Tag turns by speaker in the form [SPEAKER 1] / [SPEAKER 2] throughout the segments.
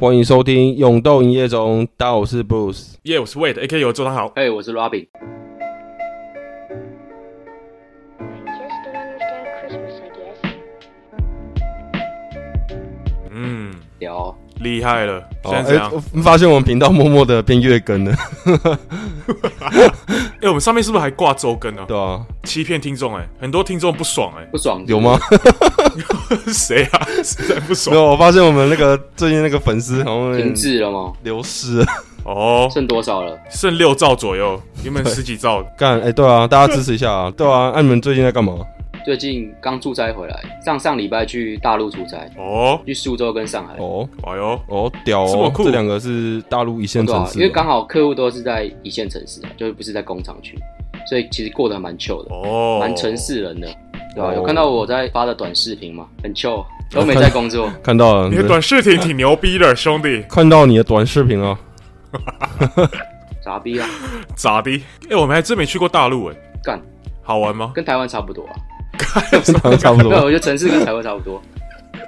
[SPEAKER 1] 欢迎收听《勇斗营业中》，大家好，我是 Bruce。
[SPEAKER 2] 耶、我是 Wade A K 有做他好。
[SPEAKER 3] 哎、我是 Robin。
[SPEAKER 4] Just don't understand Christmas, I guess.
[SPEAKER 2] 嗯，
[SPEAKER 3] 聊
[SPEAKER 2] 厉害了，现在
[SPEAKER 1] 哎
[SPEAKER 2] 怎样？哎、
[SPEAKER 1] 我发现我们频道默默的变月更 了，
[SPEAKER 2] 哎我们上面是不是还挂周更啊？
[SPEAKER 1] 对啊，
[SPEAKER 2] 欺骗听众哎、很多听众不爽 哎、
[SPEAKER 3] 不爽
[SPEAKER 1] 有吗？
[SPEAKER 2] 谁啊？ 实在不
[SPEAKER 1] 没
[SPEAKER 2] 爽
[SPEAKER 1] 有，我发现我们那个最近那个粉丝好像有点
[SPEAKER 3] 停滞了吗？
[SPEAKER 1] 流失 了。嗯
[SPEAKER 2] 哦，
[SPEAKER 3] 剩多少了？
[SPEAKER 2] 剩六兆左右，原本十几兆，
[SPEAKER 1] 干，哎、对啊，大家支持一下啊，对啊，那、你们最近在干嘛？
[SPEAKER 3] 最近刚出差回来，上上礼拜去大陆出差，
[SPEAKER 2] 哦，
[SPEAKER 3] 去苏州跟上海。
[SPEAKER 1] 哦
[SPEAKER 2] 哎呦，
[SPEAKER 1] 哦，屌
[SPEAKER 2] 这么
[SPEAKER 1] 哦，
[SPEAKER 2] 酷
[SPEAKER 1] 这两个是哦大陆一线
[SPEAKER 3] 对
[SPEAKER 1] 城
[SPEAKER 3] 啊，
[SPEAKER 1] 市吧，
[SPEAKER 3] 因为刚好客户都是在一线城市啊，就是不是在工厂区，所以其实过得蛮 chill 的，
[SPEAKER 2] 哦，
[SPEAKER 3] 蛮城市人的，对吧、
[SPEAKER 1] 哦
[SPEAKER 3] 有看到我在发的短视频吗？很 chill，都没在工作。
[SPEAKER 1] 看到了
[SPEAKER 2] 你的短视频挺牛逼的，兄弟，
[SPEAKER 1] 看到你的短视频啊 了，
[SPEAKER 3] 傻逼啊！
[SPEAKER 2] 咋的？哎、我们还真没去过大陆哎、
[SPEAKER 3] 干，
[SPEAKER 2] 好玩吗？
[SPEAKER 3] 跟台湾差不多啊。
[SPEAKER 1] 差不
[SPEAKER 3] 没有，我
[SPEAKER 1] 多。
[SPEAKER 3] 觉得城市跟台湾差 不多，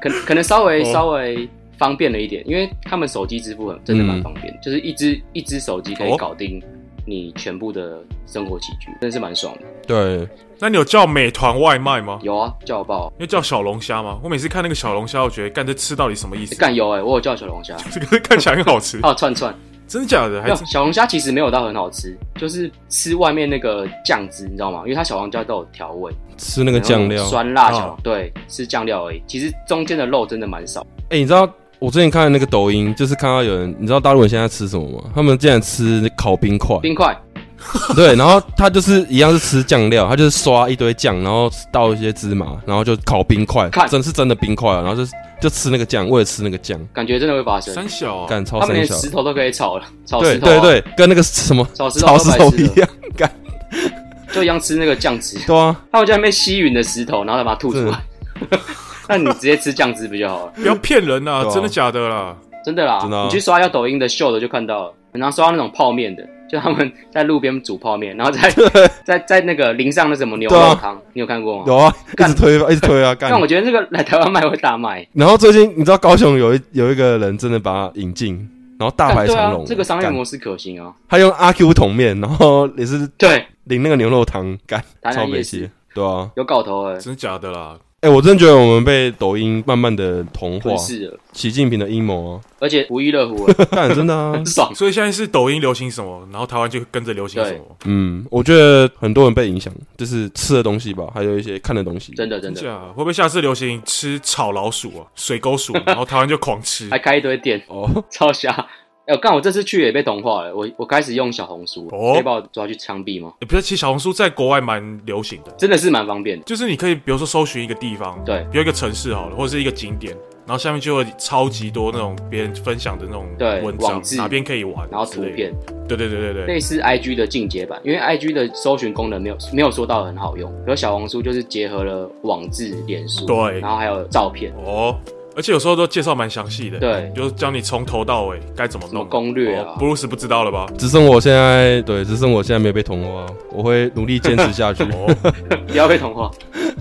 [SPEAKER 3] 可可能稍微
[SPEAKER 2] 哦
[SPEAKER 3] 稍微方便了一点，因为他们手机支付很真的
[SPEAKER 1] 嗯
[SPEAKER 3] 蛮方便，就是一只一只手机可以
[SPEAKER 2] 哦
[SPEAKER 3] 搞定你全部的生活起居，真的是蛮爽的。
[SPEAKER 1] 对，
[SPEAKER 2] 那你有叫美团外卖吗？
[SPEAKER 3] 有啊，叫我爆，
[SPEAKER 2] 你有叫小龙虾吗？我每次看那个小龙虾，我觉得干这吃到底什么意思？
[SPEAKER 3] 干有哎、我有叫小龙虾，
[SPEAKER 2] 这个看起来很好吃
[SPEAKER 3] 还，有串串。
[SPEAKER 2] 真的假的？
[SPEAKER 3] 没
[SPEAKER 2] 还
[SPEAKER 3] 有
[SPEAKER 2] 真
[SPEAKER 3] 小龙虾其实没有到很好吃，就是吃外面那个酱汁，你知道吗？因为它小龙虾都有调味，
[SPEAKER 1] 吃那个酱料哦
[SPEAKER 3] 然后。酸辣小龙、
[SPEAKER 2] 啊
[SPEAKER 3] 对，是酱料而已。其实中间的肉真的蛮少，
[SPEAKER 1] 哎、你知道我之前看那个抖音，就是看到有人，你知道大陆人现在吃什么吗？他们竟然吃烤冰块，
[SPEAKER 3] 冰块
[SPEAKER 1] 对，然后他就是一样是吃酱料，他就是刷一堆酱，然后倒一些芝麻，然后就烤冰块，
[SPEAKER 3] 看
[SPEAKER 1] 真是真的冰块啊，然后就就吃那个酱，为了吃那个酱，
[SPEAKER 3] 感觉真的会发生。
[SPEAKER 2] 三小啊，
[SPEAKER 1] 干超
[SPEAKER 3] 他们
[SPEAKER 1] 三
[SPEAKER 3] 连
[SPEAKER 1] 小，
[SPEAKER 3] 石头都可以炒了，炒
[SPEAKER 1] 对
[SPEAKER 3] 石头、
[SPEAKER 1] 对
[SPEAKER 3] 啊，
[SPEAKER 1] 对，跟那个什么
[SPEAKER 3] 炒石头
[SPEAKER 1] 炒石头
[SPEAKER 3] 都白吃
[SPEAKER 1] 一
[SPEAKER 3] 的
[SPEAKER 1] 样， 干
[SPEAKER 3] 就一样吃那个酱汁。
[SPEAKER 1] 对啊，
[SPEAKER 3] 他们就在那边吸吮的石头，然后再把它 吐出来。那你直接吃酱汁不就好了？
[SPEAKER 2] 不要骗人啊！
[SPEAKER 1] 对啊
[SPEAKER 2] 真的假的啦？
[SPEAKER 3] 真的啦，
[SPEAKER 1] 真的啊
[SPEAKER 3] 你去刷一下抖音的秀的就看到了，然后刷那种泡面的，就他们在路边煮泡面，然后在在在那个淋上那什么牛
[SPEAKER 1] 对啊
[SPEAKER 3] 肉汤，你有看过吗？
[SPEAKER 1] 有啊，一
[SPEAKER 3] 哦干
[SPEAKER 1] 直推啊一直推 啊，干
[SPEAKER 3] 但。我觉得这个来台湾卖会大卖，
[SPEAKER 1] 然后最近你知道高雄有一有一个人真的把它引进，然后大
[SPEAKER 3] 但
[SPEAKER 1] 排
[SPEAKER 3] 对
[SPEAKER 1] 长
[SPEAKER 3] 啊
[SPEAKER 1] 龙，，
[SPEAKER 3] 这个商业
[SPEAKER 1] 干
[SPEAKER 3] 模式可行啊。
[SPEAKER 1] 他用阿 Q 桶面，然后也是
[SPEAKER 3] 对，
[SPEAKER 1] 淋那个牛肉汤，干
[SPEAKER 3] 台
[SPEAKER 1] 超
[SPEAKER 3] 南
[SPEAKER 1] 北
[SPEAKER 3] 夜
[SPEAKER 1] 气
[SPEAKER 3] 市，
[SPEAKER 1] 对啊，
[SPEAKER 3] 有搞头哎，
[SPEAKER 2] 真的假的啦？
[SPEAKER 1] 哎、我真的觉得我们被抖音慢慢的同化
[SPEAKER 3] 吞，噬了，
[SPEAKER 1] 习近平的阴谋 啊，
[SPEAKER 3] 而且不亦乐乎 欸，
[SPEAKER 1] 干真的啊
[SPEAKER 3] 很，爽。
[SPEAKER 2] 所以现在是抖音流行什么，然后台湾就跟着流行什么，
[SPEAKER 1] 嗯，我觉得很多人被影响，就是吃的东西吧，还有一些看的东西，
[SPEAKER 3] 真的真
[SPEAKER 2] 真啊
[SPEAKER 3] 的，
[SPEAKER 2] 假？会不会下次流行吃炒老鼠啊、水沟 鼠，然后台湾就狂吃
[SPEAKER 3] 还？开一堆店，
[SPEAKER 1] 哦，
[SPEAKER 3] 超瞎。哎、我干，我这次去也被同化了，我我开始用小红书，
[SPEAKER 2] 哦
[SPEAKER 3] 可以把我抓去枪毙吗？
[SPEAKER 2] 你不是，其实小红书在国外蛮流行的，
[SPEAKER 3] 真的是蛮方便的。
[SPEAKER 2] 就是你可以比如说搜寻一个地方，
[SPEAKER 3] 对
[SPEAKER 2] 比如一个城市好了，或者是一个景点，然后下面就会超级多那种别人分享的那种
[SPEAKER 3] 对
[SPEAKER 2] 文章
[SPEAKER 3] 网，志
[SPEAKER 2] 哪边可以玩，
[SPEAKER 3] 然后图片，
[SPEAKER 2] 对对对对对，
[SPEAKER 3] 类似 IG 的进阶版，因为 IG 的搜寻功能没有没有说到很好用，可是小红书就是结合了网志、脸书，
[SPEAKER 2] 对
[SPEAKER 3] 然后还有照片，
[SPEAKER 2] 哦。而且有时候都介绍蛮详细的，
[SPEAKER 3] 对
[SPEAKER 2] 就是教你从头到尾该怎么
[SPEAKER 3] 什么
[SPEAKER 2] 弄
[SPEAKER 3] 攻略啊
[SPEAKER 2] 哦，Bruce 不知道了吧？
[SPEAKER 1] 只剩我现在对，只剩我现在没被同化，我会努力坚持下去。
[SPEAKER 2] 哦，
[SPEAKER 3] 不要被同化。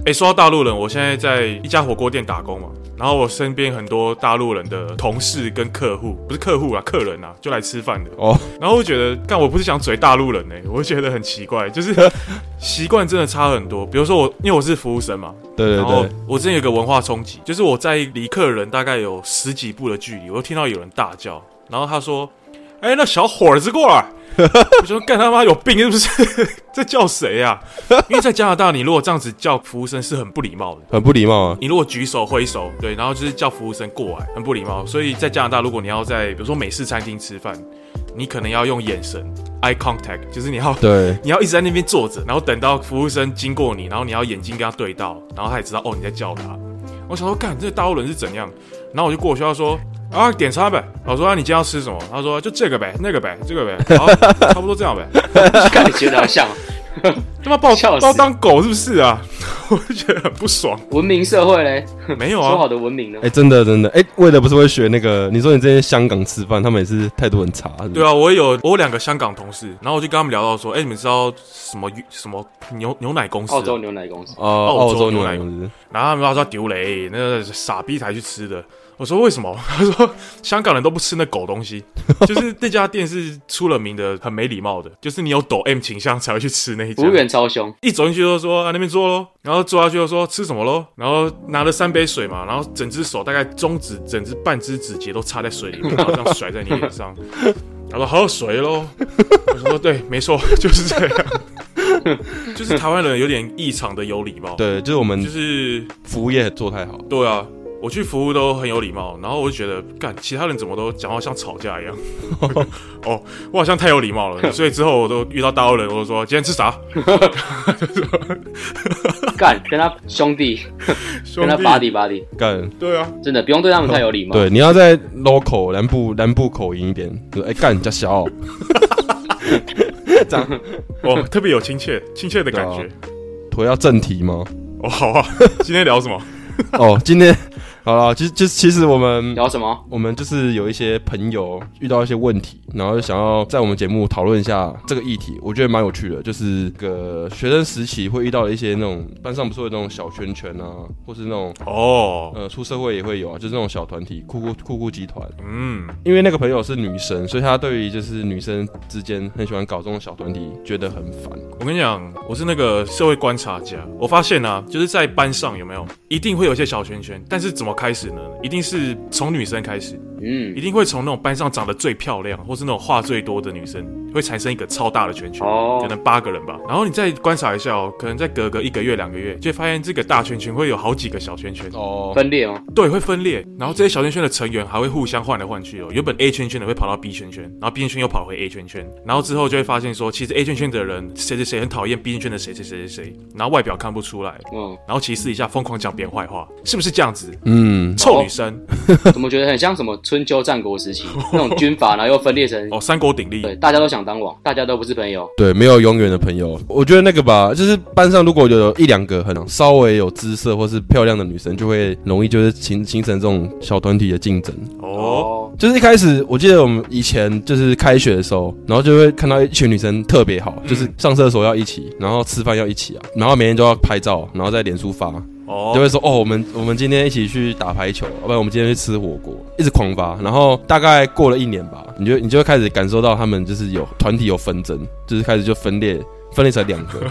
[SPEAKER 2] 哎、说到大陆人，我现在在一家火锅店打工嘛，然后我身边很多大陆人的同事跟客户，不是客户啊，客人啊，就来吃饭的。
[SPEAKER 1] 哦，
[SPEAKER 2] 然后我觉得，干我不是想嘴大陆人呢、我觉得很奇怪，就是习惯真的差很多。比如说我，因为我是服务生嘛，
[SPEAKER 1] 对对
[SPEAKER 2] 然后
[SPEAKER 1] 对，
[SPEAKER 2] 我之前有个文化冲击，就是我在离客人大概有十几步的距离，我就听到有人大叫，然后他说：“哎、那小伙子过来。” 我说：“干他妈有病是不是？ 在叫谁啊？”因为在加拿大，你如果这样子叫服务生是很不礼貌的。
[SPEAKER 1] 很不礼貌啊，
[SPEAKER 2] 你如果举手挥手，对，然后就是叫服务生过来，很不礼貌。所以在加拿大，如果你要在比如说美式餐厅吃饭，你可能要用眼神 （eye contact），就是你要
[SPEAKER 1] 对，
[SPEAKER 2] 你要一直在那边坐着，然后等到服务生经过你，然后你要眼睛跟他对到，然后他也知道哦你在叫他。我想说，干这大陆人是怎样？然后我就过去，他说啊点餐呗。我说、啊、你今天要吃什么？他说就这个呗，那个呗，这个呗，好，差不多这样呗。
[SPEAKER 3] 感觉得好像哦
[SPEAKER 2] 他妈把我
[SPEAKER 3] 笑死
[SPEAKER 2] 把我当狗是不是啊？我就觉得很不爽。
[SPEAKER 3] 文明社会嘞，
[SPEAKER 2] 没有
[SPEAKER 3] 说
[SPEAKER 2] 啊
[SPEAKER 3] 好，的文明呢
[SPEAKER 1] 哎、？真的真的，哎、为了不是会学那个？你说你这些香港吃饭，他们也是态度很差，是不是
[SPEAKER 2] 对啊，我有我有两个香港同事，然后我就跟他们聊到说，哎、你们知道什么什么牛牛奶公司啊、
[SPEAKER 3] 澳洲牛奶公司，
[SPEAKER 1] 哦，
[SPEAKER 2] 澳
[SPEAKER 1] 澳
[SPEAKER 2] 洲
[SPEAKER 1] 洲
[SPEAKER 2] 牛
[SPEAKER 1] 牛
[SPEAKER 2] 奶
[SPEAKER 1] 奶公司，
[SPEAKER 2] 然后他们说丢雷，那个傻逼才去吃的。我说为什么？ 他说香港人都不吃那狗东西，就是那家店是出了名的很没礼貌的，就是你有抖 M 倾向才会去吃那一家
[SPEAKER 3] 服。务员超凶，
[SPEAKER 2] 一走进去就说啊那边坐喽，然后坐下去就说吃什么喽，然后拿了三杯水嘛，然后整只手大概中指、整只半只指节都插在水里面，然后这样甩在你脸上， 然后喝水喽。我说对，没错，就是这样， 就是台湾人有点异常的有礼貌，，
[SPEAKER 1] 对，就是我
[SPEAKER 2] 就
[SPEAKER 1] 们
[SPEAKER 2] 是
[SPEAKER 1] 服务业做太好，
[SPEAKER 2] 对啊。我去服务都很有礼貌，然后我就觉得，干其他人怎么都讲话像吵架一样， 哦，我好像太有礼貌 了，所以之后我都遇到大陆人，我就说今天吃啥，
[SPEAKER 3] 干跟他兄弟，
[SPEAKER 2] 兄
[SPEAKER 3] 跟他
[SPEAKER 2] 弟，
[SPEAKER 3] 巴 y 巴 y
[SPEAKER 1] 干。
[SPEAKER 2] 对啊，
[SPEAKER 3] 真的不用对他们太有礼貌。
[SPEAKER 1] 对，你要在 local 南部南部口音一点，就哎干你家小哦，
[SPEAKER 2] 哦，特别有亲切亲切的感觉
[SPEAKER 1] 对。腿要正题吗？
[SPEAKER 2] 哦，好啊，今天聊什么？
[SPEAKER 1] 哦，今天好了，其实就其实我们
[SPEAKER 3] 聊什么？
[SPEAKER 1] 我们就是有一些朋友遇到一些问题，然后想要在我们节目讨论一下这个议题，我觉得蛮有趣的。就是个学生时期会遇到的一些那种班上不是会有那种小圈圈啊，或是那种
[SPEAKER 2] 哦，
[SPEAKER 1] 呃出社会也会有啊，就是那种小团体酷酷酷酷集团。
[SPEAKER 2] 嗯，
[SPEAKER 1] 因为那个朋友是女生，所以她对于就是女生之间很喜欢搞这种小团体，觉得很烦。
[SPEAKER 2] 我跟你讲，我是那个社会观察家，我发现啊，就是在班上有没有一定会有一些小圈圈，但是怎么开始呢？一定是从女生开始，
[SPEAKER 3] 嗯
[SPEAKER 2] 一，定会从那种班上长得最漂亮，或是那种话最多的女生，会产生一个超大的圈圈，
[SPEAKER 3] 哦
[SPEAKER 2] 可能八个人吧。然后你再观察一下哦，可能再隔个一个月、两个月，就会发现这个大圈圈会有好几个小圈圈。
[SPEAKER 1] 哦，
[SPEAKER 3] 分裂吗？
[SPEAKER 2] 对，会分裂，然后这些小圈圈的成员还会互相换来换去哦。原本 A 圈圈的会跑到 B 圈圈，然后 B 圈圈又跑回 A 圈圈，然后之后就会发现说，其实 A 圈圈的人谁谁谁很讨厌 B 圈圈的谁谁谁谁谁，然后外表看不出来，
[SPEAKER 3] 嗯，
[SPEAKER 2] 然后其实私底下疯狂讲别人坏话，是不是这样子？
[SPEAKER 1] 嗯，
[SPEAKER 2] 臭女生
[SPEAKER 3] 怎么觉得很像什么春秋战国时期那种军阀，然后又分裂成
[SPEAKER 2] 哦，三国鼎立，
[SPEAKER 3] 对，大家都想当王，大家都不是朋友。
[SPEAKER 1] 对，没有永远的朋友。我觉得那个吧，就是班上如果有一两个很稍微有姿色或是漂亮的女生，就会容易就是形形成这种小团体的竞争。
[SPEAKER 2] 哦，，
[SPEAKER 1] 就是一开始，我记得我们以前就是开学的时候，然后就会看到一群女生特别好，就是上厕所要一起，然后吃饭要一起啊，然后每天都要拍照，然后在脸书发，就
[SPEAKER 2] 哦，
[SPEAKER 1] 会说哦，我们我们今天一起去打排球，要不然我们今天去吃火锅，一直狂发。然后大概过了一年吧，你就你就会开始感受到他们就是有团体有纷争，就是开始就分裂，分裂成两 个，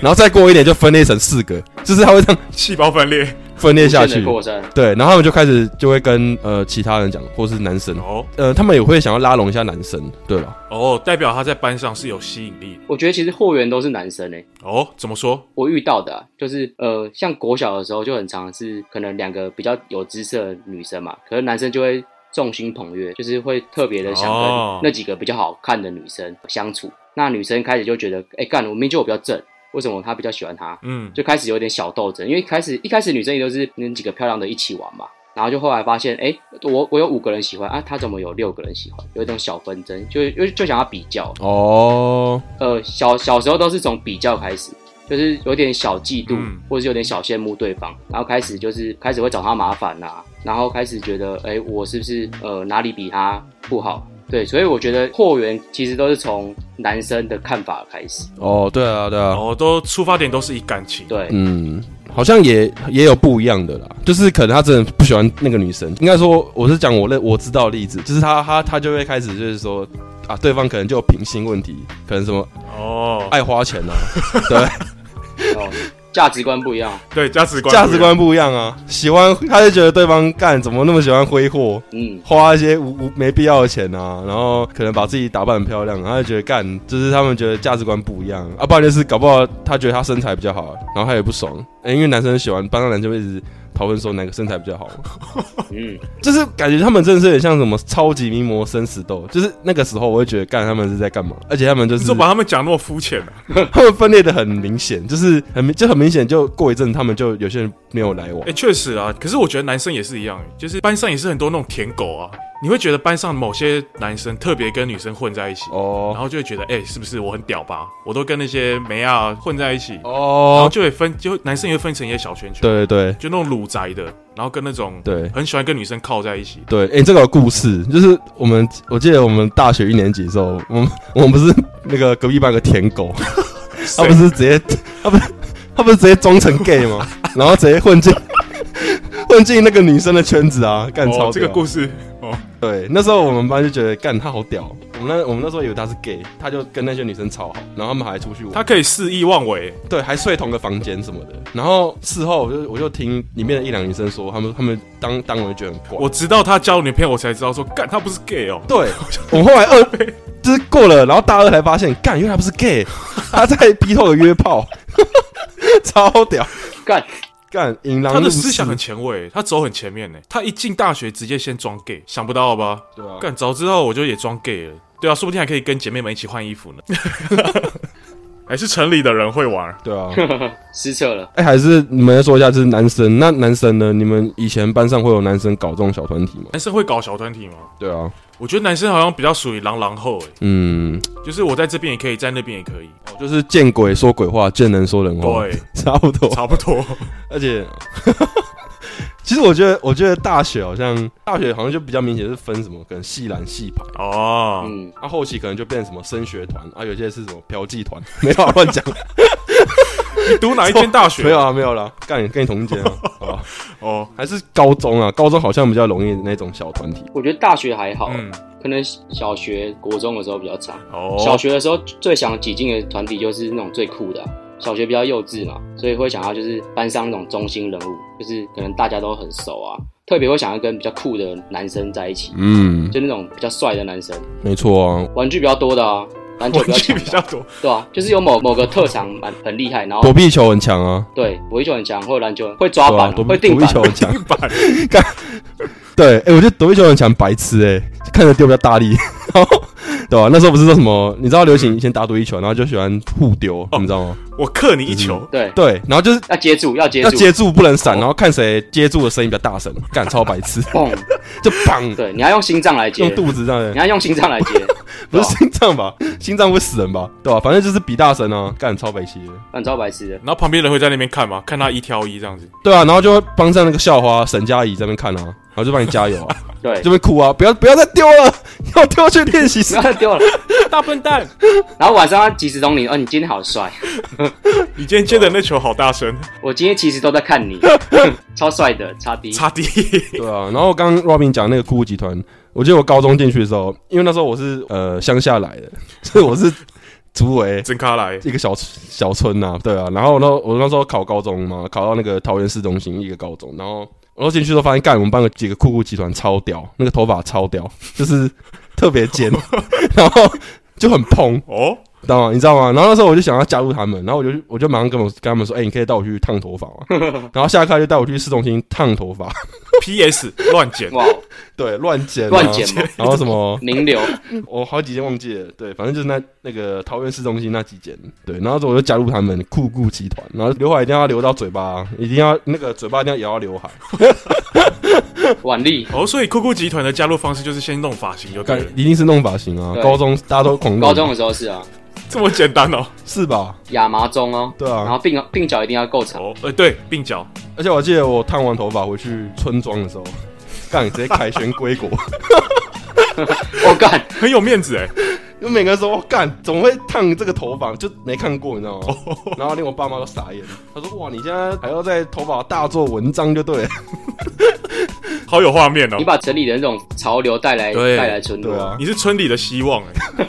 [SPEAKER 1] 然后再过一年就分裂成四个，就是他会这样
[SPEAKER 2] 细胞分裂，
[SPEAKER 1] 分裂下
[SPEAKER 3] 无限
[SPEAKER 1] 去
[SPEAKER 3] 哦的。扩散，
[SPEAKER 1] 对，然后他们就开始就会跟呃其他人讲，或是男生，
[SPEAKER 2] 哦
[SPEAKER 1] 呃，他们也会想要拉拢一下男生，对吧？
[SPEAKER 2] 哦，代表他在班上是有吸引力的
[SPEAKER 3] 我觉得其实货源都是男生诶、
[SPEAKER 2] 哦，怎么说？
[SPEAKER 3] 我遇到的、啊、就是呃，像国小的时候就很常是可能两个比较有姿色的女生嘛，可是男生就会众星捧月，就是会特别的想跟
[SPEAKER 2] 哦
[SPEAKER 3] 那几个比较好看的女生相处。那女生开始就觉得，哎、干，我明明就我比较正，为什么他比较喜欢他？
[SPEAKER 2] 嗯，
[SPEAKER 3] 就开始有点小斗争，因为一开始一开始女生也都是那几个漂亮的一起玩嘛，然后就后来发现，哎、我我有五个人喜欢啊，他怎么有六个人喜欢？有一种小纷争，就就就想要比较，
[SPEAKER 1] 哦，
[SPEAKER 3] 呃，小小时候都是从比较开始，就是有点小嫉妒，
[SPEAKER 2] 嗯
[SPEAKER 3] 或者是有点小羡慕对方，然后开始就是开始会找他麻烦啦、然后开始觉得，哎、我是不是呃哪里比他不好？对，所以我觉得货源其实都是从男生的看法开始，
[SPEAKER 1] 哦，对啊，对啊，
[SPEAKER 2] 哦，都出发点都是以感情，
[SPEAKER 3] 对，
[SPEAKER 1] 嗯，好像也也有不一样的啦，就是可能他真的不喜欢那个女生。应该说，我是讲我那我知道的例子，就是他他他就会开始就是说啊，对方可能就有品性问题，可能什么
[SPEAKER 2] 哦，
[SPEAKER 1] 爱花钱啊，
[SPEAKER 3] 哦，价值观不一样，
[SPEAKER 2] 对，价值观
[SPEAKER 1] 价
[SPEAKER 2] 不
[SPEAKER 1] 值
[SPEAKER 2] 一样
[SPEAKER 1] 观不一样啊，喜欢他就觉得对方干怎么那么喜欢挥霍，
[SPEAKER 3] 嗯，
[SPEAKER 1] 花一些无无没必要的钱啊，然后可能把自己打扮很漂亮，啊他就觉得干就是他们觉得价值观不一样啊，不然就是搞不好他觉得他身材比较好，然后他也不爽，欸因为男生喜欢班上男生会一直讨论说哪个身材比较好。
[SPEAKER 3] 嗯，
[SPEAKER 1] 就是感觉他们真的是很像什么超级名模生死斗，就是那个时候我会觉得干他们是在干嘛，而且他们就
[SPEAKER 2] 你
[SPEAKER 1] 是
[SPEAKER 2] 怎么把他们讲那么肤浅呢？ 啊
[SPEAKER 1] 他们分裂的很明显，就是很明就很明显，就过一阵他们就有些人没有来往
[SPEAKER 2] 哎、，确实啊，可是我觉得男生也是一样，就是班上也是很多那种舔狗啊，你会觉得班上某些男生特别跟女生混在一起，然
[SPEAKER 1] 哦
[SPEAKER 2] 后就会觉得，哎、是不是我很屌吧？我都跟那些梅亚混在一起，然后
[SPEAKER 1] 哦，
[SPEAKER 2] 就会分，就男生也会分成一些小圈圈，，
[SPEAKER 1] 对对
[SPEAKER 2] 就那种鲁宅的，然后跟那种
[SPEAKER 1] 对
[SPEAKER 2] 很喜欢跟女生靠在一起，
[SPEAKER 1] 对，哎、这个有故事就是我们，我记得我们大学一年级的时候，我们我们不是那个隔壁班有个舔 狗，他
[SPEAKER 2] 谁
[SPEAKER 1] 不是直接，他不是他不是直接装成 gay 吗？然后直接混进 混进那个女生的圈子啊，干超屌、
[SPEAKER 2] 哦，这个故事哦，
[SPEAKER 1] 对，那时候我们班就觉得干他好屌，我们那我们那时候以为他是 gay，他就跟那些女生超好，然后他们还出去玩，
[SPEAKER 2] 他可以肆意妄为，
[SPEAKER 1] 对还睡同个房间什么的。然后事后我就我就听里面的一两个女生说，他们他们当当我就觉得很怪。
[SPEAKER 2] 我直到他交女朋友，我才知道说，干他不是 gay 哦，
[SPEAKER 1] 对，我后来 二就是过了，然后大二才发现，干原来他不是 gay，他 在逼透了约炮， 超屌，
[SPEAKER 3] 干，
[SPEAKER 1] 干引狼
[SPEAKER 2] 他
[SPEAKER 1] 入
[SPEAKER 2] 的
[SPEAKER 1] 室
[SPEAKER 2] 思想很前卫，他走很前面呢，他一进大学直接先装 gay，想不到吧？
[SPEAKER 1] 对啊，
[SPEAKER 2] 干，早知道我就也装 gay 了。对啊，说不定还可以跟姐妹们一起换衣服呢。 还是城里的人会玩，
[SPEAKER 1] 对啊。
[SPEAKER 3] 失策了。
[SPEAKER 1] 哎、还是你们说一下，就是男生，那男生呢？你们以前班上会有男生搞这种小团体吗？
[SPEAKER 2] 男生会搞小团体吗？
[SPEAKER 1] 对啊，
[SPEAKER 2] 我觉得男生好像比较属于狼狼后、欸，
[SPEAKER 1] 嗯，
[SPEAKER 2] 就是我在这边也可以，在那边也可以，哦
[SPEAKER 1] 就是见鬼说鬼话，见人说人话，
[SPEAKER 2] 对，
[SPEAKER 1] 差不多。
[SPEAKER 2] 差不多。
[SPEAKER 1] 而且， 其实我觉得，我觉得大学好像大学好像就比较明显是分什么，可能系篮系排，
[SPEAKER 2] 哦，
[SPEAKER 3] 嗯，
[SPEAKER 1] 啊，后期可能就变成什么升学团，啊，有些是什么嫖妓团， 没有啊乱讲，
[SPEAKER 2] 你读哪一间大学？
[SPEAKER 1] 没有啊，没有啦，干你跟你同一间啊，好吧
[SPEAKER 2] 哦，
[SPEAKER 1] 还是高中啊，高中好像比较容易那种小团体，
[SPEAKER 3] 我觉得大学还好，
[SPEAKER 2] 嗯，
[SPEAKER 3] 可能小学、国中的时候比较差。
[SPEAKER 2] 哦，
[SPEAKER 3] 小学的时候最想挤进的团体就是那种最酷的啊、小学比较幼稚嘛，所以会想要就是班上那种中心人物，就是可能大家都很熟啊，特别会想要跟比较酷的男生在一起，
[SPEAKER 1] 嗯，
[SPEAKER 3] 就那种比较帅的男生，
[SPEAKER 1] 没错啊，
[SPEAKER 3] 玩具比较多的啊，篮球
[SPEAKER 2] 玩
[SPEAKER 3] 比较
[SPEAKER 2] 具
[SPEAKER 3] 强
[SPEAKER 2] 比
[SPEAKER 3] 的
[SPEAKER 2] 较
[SPEAKER 3] 啊，
[SPEAKER 2] 多，
[SPEAKER 3] 对啊，就是有某某个特长蛮很厉害，然后
[SPEAKER 1] 躲避球很强啊，
[SPEAKER 3] 对我一球很强，会篮球会抓
[SPEAKER 1] 对啊，
[SPEAKER 3] 板，
[SPEAKER 1] 躲避
[SPEAKER 3] 会定
[SPEAKER 1] 躲避
[SPEAKER 3] 板
[SPEAKER 1] 球，很 强，
[SPEAKER 2] 板
[SPEAKER 1] 对，哎、我觉得躲避球很强，白痴哎、看着丢比较大力， 然后对吧、那时候不是说什么，你知道流行以前打躲避球，然后就喜欢互丢，你知道吗？
[SPEAKER 2] 我克你一球，
[SPEAKER 3] 对，
[SPEAKER 1] 对，然后就是
[SPEAKER 3] 要接住，哦要接
[SPEAKER 1] 要
[SPEAKER 3] 住，
[SPEAKER 1] 接住不能闪，然后看谁接住的声音比较大声，干超白痴，
[SPEAKER 3] 蹦，
[SPEAKER 1] 就砰，
[SPEAKER 3] 哦对，你要用心脏来接
[SPEAKER 1] 用，肚子这样
[SPEAKER 3] 你，要用心脏来接，
[SPEAKER 1] 不
[SPEAKER 3] 对
[SPEAKER 1] 是
[SPEAKER 3] 啊
[SPEAKER 1] 心脏吧？ 心脏会死人吧？对吧、反正就是比大声啊，干超白痴的，
[SPEAKER 3] 很嗯超白痴的，
[SPEAKER 2] 然后旁边人会在那边看吗？看他一挑一这样子，
[SPEAKER 1] 对啊，然后就会帮上那个校花沈佳宜这边看啊，然后就帮你加油 啊，
[SPEAKER 3] 对
[SPEAKER 1] 这，边哭啊，不要不要再丢了， 要丢去练习
[SPEAKER 3] 不
[SPEAKER 1] 室
[SPEAKER 3] 要，再丢了。
[SPEAKER 2] 大笨蛋，
[SPEAKER 3] 然后晚上他即时通你，哦，你今天好帅，
[SPEAKER 2] 你今天接的那球好大声，
[SPEAKER 3] 我今天其实都在看你， 超帅的，差低，
[SPEAKER 2] 差低，
[SPEAKER 1] 对啊，然后刚刚 Robin 讲那个酷酷集团，我记得我高中进去的时候，因为那时候我是呃乡下来的，所以我是竹围
[SPEAKER 2] 真卡来，
[SPEAKER 1] 一个小小村呐、对啊。然后呢，我那时候考高中嘛，考到那个桃园市中心一个高中，然后我都进去之后发现，干我们班有几个酷酷集团超屌，那个头发超屌， 就是特别尖， 然后就很蓬，
[SPEAKER 2] 哦，
[SPEAKER 1] 知道吗？你知道吗？然后那时候我就想要加入他们，然后我就我就马上跟我跟他们说，哎、你可以带我去烫头发吗？ 然后下课他就带我去市中心烫头发，
[SPEAKER 2] P.S. 乱剪，
[SPEAKER 3] 哇，
[SPEAKER 1] 对，乱剪、啊
[SPEAKER 3] 乱剪嘛，
[SPEAKER 1] 然后什么，
[SPEAKER 3] 名流，
[SPEAKER 1] 我好几间忘记了，对，反正就是那那个桃园市中心那几间，对，然后我就加入他们酷酷集团，然后刘海一定要留到嘴巴，一定要那个嘴巴一定要咬到刘海，
[SPEAKER 3] 婉丽，
[SPEAKER 2] 哦，所以酷酷集团的加入方式就是先弄发型就对
[SPEAKER 1] 干
[SPEAKER 2] 了，
[SPEAKER 1] 一定是弄发型啊，
[SPEAKER 3] 对
[SPEAKER 1] 高中大家都狂弄，
[SPEAKER 3] 高中的时候是啊，
[SPEAKER 2] 这么简单哦。
[SPEAKER 1] 是吧？
[SPEAKER 3] 亚麻中哦，
[SPEAKER 1] 对
[SPEAKER 3] 然
[SPEAKER 1] 啊，
[SPEAKER 3] 后鬓鬓角一定要够长，
[SPEAKER 2] 哦，呃，对，鬓角，
[SPEAKER 1] 而且我记得我烫完头发回去村庄的时候，干直接凯旋归国，
[SPEAKER 3] 我哦干，
[SPEAKER 2] 很有面子哎。
[SPEAKER 1] 就每个人说哇干怎么会烫这个头发，就没看过你知道吗？
[SPEAKER 2] 哦，
[SPEAKER 1] 然后连我爸妈都傻眼，他说哇你现在还要在头发大做文章就对了，
[SPEAKER 2] 好有画面哦
[SPEAKER 3] 你。把城里的那种潮流带来
[SPEAKER 2] 对
[SPEAKER 3] 带来村
[SPEAKER 1] 啊对啊
[SPEAKER 3] 落，。
[SPEAKER 2] 你是村里的希望哎，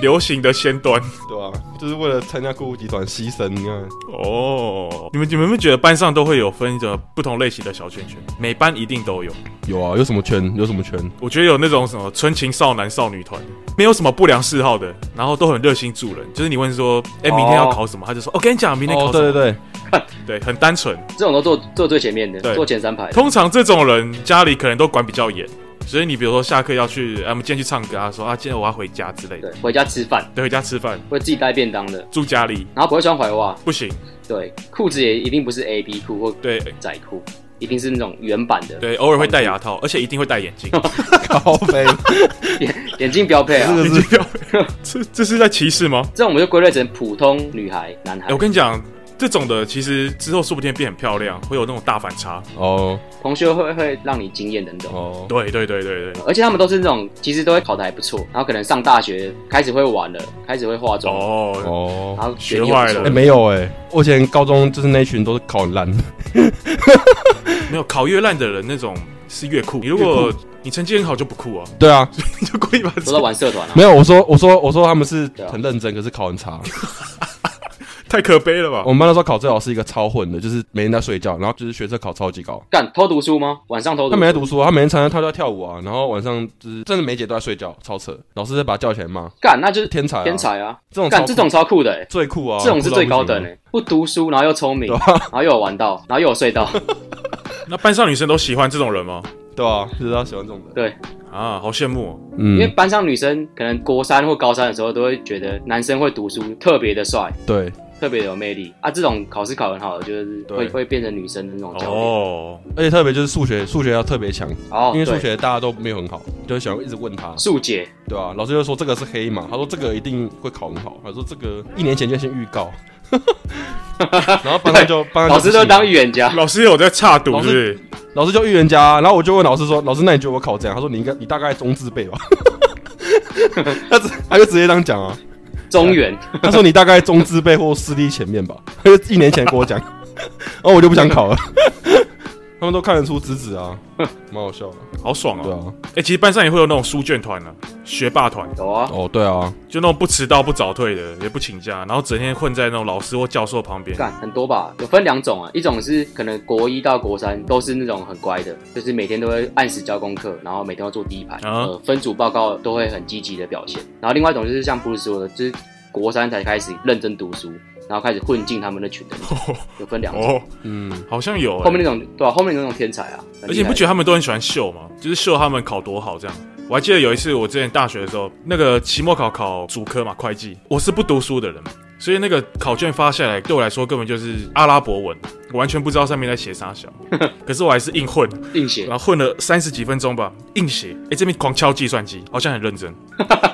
[SPEAKER 2] 流行的先端
[SPEAKER 1] 对啊，就是为了参加购物集团牺牲，啊你看，
[SPEAKER 2] 哦。你们你们有没有觉得班上都会有分着不同类型的小圈圈？每班一定都有。
[SPEAKER 1] 有啊，有什么圈，有什么圈，
[SPEAKER 2] 我觉得有那种什么纯情少男少女团，没有什么不良嗜好的，然后都很热心助人。就是你问说，哎、明天要考什么？他就说，我、跟你讲，明天考什么？
[SPEAKER 1] 哦对对对，
[SPEAKER 2] 哦对很单纯。
[SPEAKER 3] 这种都坐坐最前面的
[SPEAKER 2] 对，
[SPEAKER 3] 坐前三排的，
[SPEAKER 2] 通常这种人家里可能都管比较严，所以你比如说下课要去，哎、我们今天去唱歌啊，说啊，今天我要回家之类的，
[SPEAKER 3] 对，回家吃饭
[SPEAKER 2] 对，回家吃饭，
[SPEAKER 3] 会自己带便当的，
[SPEAKER 2] 住家里
[SPEAKER 3] 然后不会穿踝袜，
[SPEAKER 2] 不行，
[SPEAKER 3] 对，裤子也一定不是 A B 裤或
[SPEAKER 2] 对，
[SPEAKER 3] 仔裤，一定是那种原版的，
[SPEAKER 2] 对，偶尔会戴牙套，而且一定会戴眼镜。
[SPEAKER 1] 高 飞，
[SPEAKER 3] 眼眼镜标配啊。
[SPEAKER 1] 这个
[SPEAKER 2] 眼镜
[SPEAKER 1] 是
[SPEAKER 2] 标配， 这这是在歧视吗？
[SPEAKER 3] 这种我们就归类成普通女孩、男孩
[SPEAKER 2] 哎，我。跟你讲，这种的其实之后说不定变很漂亮，会有那种大反差。
[SPEAKER 1] 哦
[SPEAKER 3] 同学会会让你惊艳的那种，
[SPEAKER 1] 哦，
[SPEAKER 2] 对对对对对，
[SPEAKER 3] 而且他们都是那种其实都会考得还不错，然后可能上大学开始会玩了，开始会化妆，
[SPEAKER 2] 哦，
[SPEAKER 1] 哦
[SPEAKER 3] 然，后
[SPEAKER 2] 学
[SPEAKER 3] 历又不
[SPEAKER 2] 坏
[SPEAKER 3] 错
[SPEAKER 2] 了
[SPEAKER 1] 哎、没有哎、我以前高中就是那一群都是考很烂，
[SPEAKER 2] 没有考越烂的人那种是越酷。你如果你成绩很好就不酷啊，
[SPEAKER 1] 对 啊，
[SPEAKER 2] 你 就故意把
[SPEAKER 3] 都在玩社团啊。
[SPEAKER 1] 没有，我说我说我说他们是
[SPEAKER 3] 对啊
[SPEAKER 1] 很认真，可是考很差。
[SPEAKER 2] 太可悲了吧
[SPEAKER 1] 我？们班那时候考最好是一个超混的，就是每天在睡觉，然后就是学测考超级高。
[SPEAKER 3] 干偷读书吗？晚上偷读？
[SPEAKER 1] 他每天读书啊，他每天常常他都在跳舞啊，然后晚上就是真的每节都在睡觉，超扯。老师再把他叫起来骂，
[SPEAKER 3] 干，那就是
[SPEAKER 1] 天才、啊，
[SPEAKER 3] 天，才啊！
[SPEAKER 1] 这种超
[SPEAKER 3] 干
[SPEAKER 1] 酷
[SPEAKER 3] 这种超酷的、欸，
[SPEAKER 1] 最酷啊，
[SPEAKER 3] 这种是最高等
[SPEAKER 1] 的、
[SPEAKER 3] 的、欸，不读书然后又聪明，
[SPEAKER 1] 对啊
[SPEAKER 3] 然后又有玩到，然后又有睡到，
[SPEAKER 2] 那班上女生都喜欢这种人吗？
[SPEAKER 1] 对啊，就是他喜欢这种人。
[SPEAKER 3] 对，
[SPEAKER 2] 啊，好羡慕、哦。
[SPEAKER 3] 因为
[SPEAKER 1] 嗯，
[SPEAKER 3] 班上女生可能国三或高三的时候都会觉得男生会读书特别的帅，
[SPEAKER 1] 对，
[SPEAKER 3] 特别的有魅力啊。这种考试考很好的，就是
[SPEAKER 1] 对
[SPEAKER 3] 会会变成女生的那种焦点。
[SPEAKER 2] 哦，
[SPEAKER 1] 而且特别就是数学，数学要特别强，
[SPEAKER 3] 哦，
[SPEAKER 1] 因为数
[SPEAKER 3] 对，
[SPEAKER 1] 学大家都没有很好，就喜欢一直问他，
[SPEAKER 3] 速解
[SPEAKER 1] 对啊，老师就说这个是黑马，他说这个一定会考很好，他说这个一年前就先预告， 然后班上就班上就
[SPEAKER 3] 老师都当预
[SPEAKER 1] 不
[SPEAKER 3] 言家，
[SPEAKER 2] 老师有在差赌
[SPEAKER 1] 老
[SPEAKER 2] 是不
[SPEAKER 1] 师
[SPEAKER 2] 是？
[SPEAKER 1] 信老师就预言家啊，然后我就问老师说，老师那你觉得我考这样？他说你应该你大概中字辈吧， 他直他就直接这样讲啊，
[SPEAKER 3] 中原
[SPEAKER 1] 他说你大概中字辈或私立前面吧，他就一年前跟我讲，然后我就不想考了， 他们都看得出直指啊，蛮好笑的，
[SPEAKER 2] 好爽
[SPEAKER 1] 对
[SPEAKER 2] 哦！
[SPEAKER 1] 啊，
[SPEAKER 2] 哎、其实班上也会有那种书卷团啊，学霸团，
[SPEAKER 3] 有啊，
[SPEAKER 1] 哦对啊，
[SPEAKER 2] 就那种不迟到、不早退的，也不请假，然后整天混在那种老师或教授旁边。
[SPEAKER 3] 干很多吧，有分两种啊，一种是可能国一到国三都是那种很乖的，就是每天都会按时交功课，然后每天都坐第一排，
[SPEAKER 2] 啊
[SPEAKER 3] 呃，分组报告都会很积极的表现。然后另外一种就是像布鲁斯说的，就是国三才开始认真读书，然后开始混进他们的群的那种，有分两种。
[SPEAKER 2] 哦，
[SPEAKER 1] 嗯。
[SPEAKER 2] 好像有、欸。
[SPEAKER 3] 后面那种对吧、后面那种天才啊，很
[SPEAKER 2] 而且你不
[SPEAKER 3] 厉害
[SPEAKER 2] 觉得他们都很喜欢秀吗？就是秀他们考多好这样。我还记得有一次，我之前大学的时候，那个期末考考主科嘛，会计，我是不读书的人，所以那个考卷发下来对我来说根本就是阿拉伯文，我完全不知道上面在写啥小，可是我还是硬混，
[SPEAKER 3] 硬写
[SPEAKER 2] 然后混了三十几分钟吧，硬写，哎，这边狂敲计算机，好像很认真。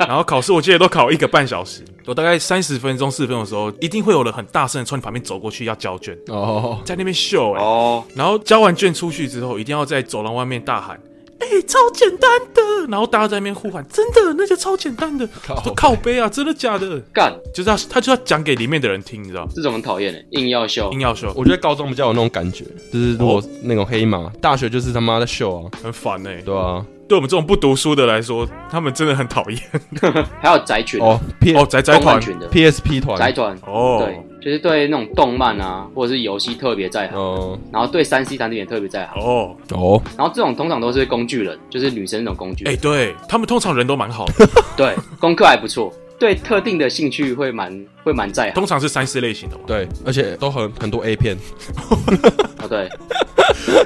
[SPEAKER 2] 然后考试我记得都考一个半小时，我大概三十分钟、四十分钟的时候，一定会有人很大声的从你旁边走过去要交卷，
[SPEAKER 1] 哦，
[SPEAKER 2] 在那边秀哎、
[SPEAKER 3] 哦，
[SPEAKER 2] 然后交完卷出去之后，一定要在走廊外面大喊：“哎、超简单的！”然后大家在那边互喊：“真的，那就超简单的。”
[SPEAKER 1] 靠
[SPEAKER 2] 说靠背啊，真的假的？
[SPEAKER 3] 干
[SPEAKER 2] 就是要他就要讲给里面的人听，你知道？
[SPEAKER 3] 这种很讨厌的，硬要秀
[SPEAKER 2] 硬要说
[SPEAKER 1] 我觉得高中比较有那种感觉，就是如果那种黑马，大学就是他妈在秀啊，
[SPEAKER 2] 很烦哎、
[SPEAKER 1] 对啊，
[SPEAKER 2] 对我们这种不读书的来说，他们真的很讨厌
[SPEAKER 3] 还 有宅群、
[SPEAKER 1] 哦，P
[SPEAKER 2] 哦。宅宅
[SPEAKER 3] 动漫
[SPEAKER 2] 团
[SPEAKER 3] 群的
[SPEAKER 1] PSP
[SPEAKER 3] 宅
[SPEAKER 1] 团，
[SPEAKER 3] 团，
[SPEAKER 2] 哦，
[SPEAKER 3] 对，就是对那种动漫啊或者是游戏特别在行，
[SPEAKER 1] 嗯，
[SPEAKER 3] 然后对三 C 产品也特别在行，
[SPEAKER 2] 哦，
[SPEAKER 1] 哦，
[SPEAKER 3] 然后这种通常都是工具人，就是女生那种工具
[SPEAKER 2] 哎、
[SPEAKER 3] 人，
[SPEAKER 2] 对他们通常人都蛮好 的，
[SPEAKER 3] 对，功课还不错，对特定的兴趣会蛮会蛮在行
[SPEAKER 2] 通常是三四类型的嘛。
[SPEAKER 1] 对，而且都很很多 A 片，
[SPEAKER 3] 啊，对
[SPEAKER 2] 哦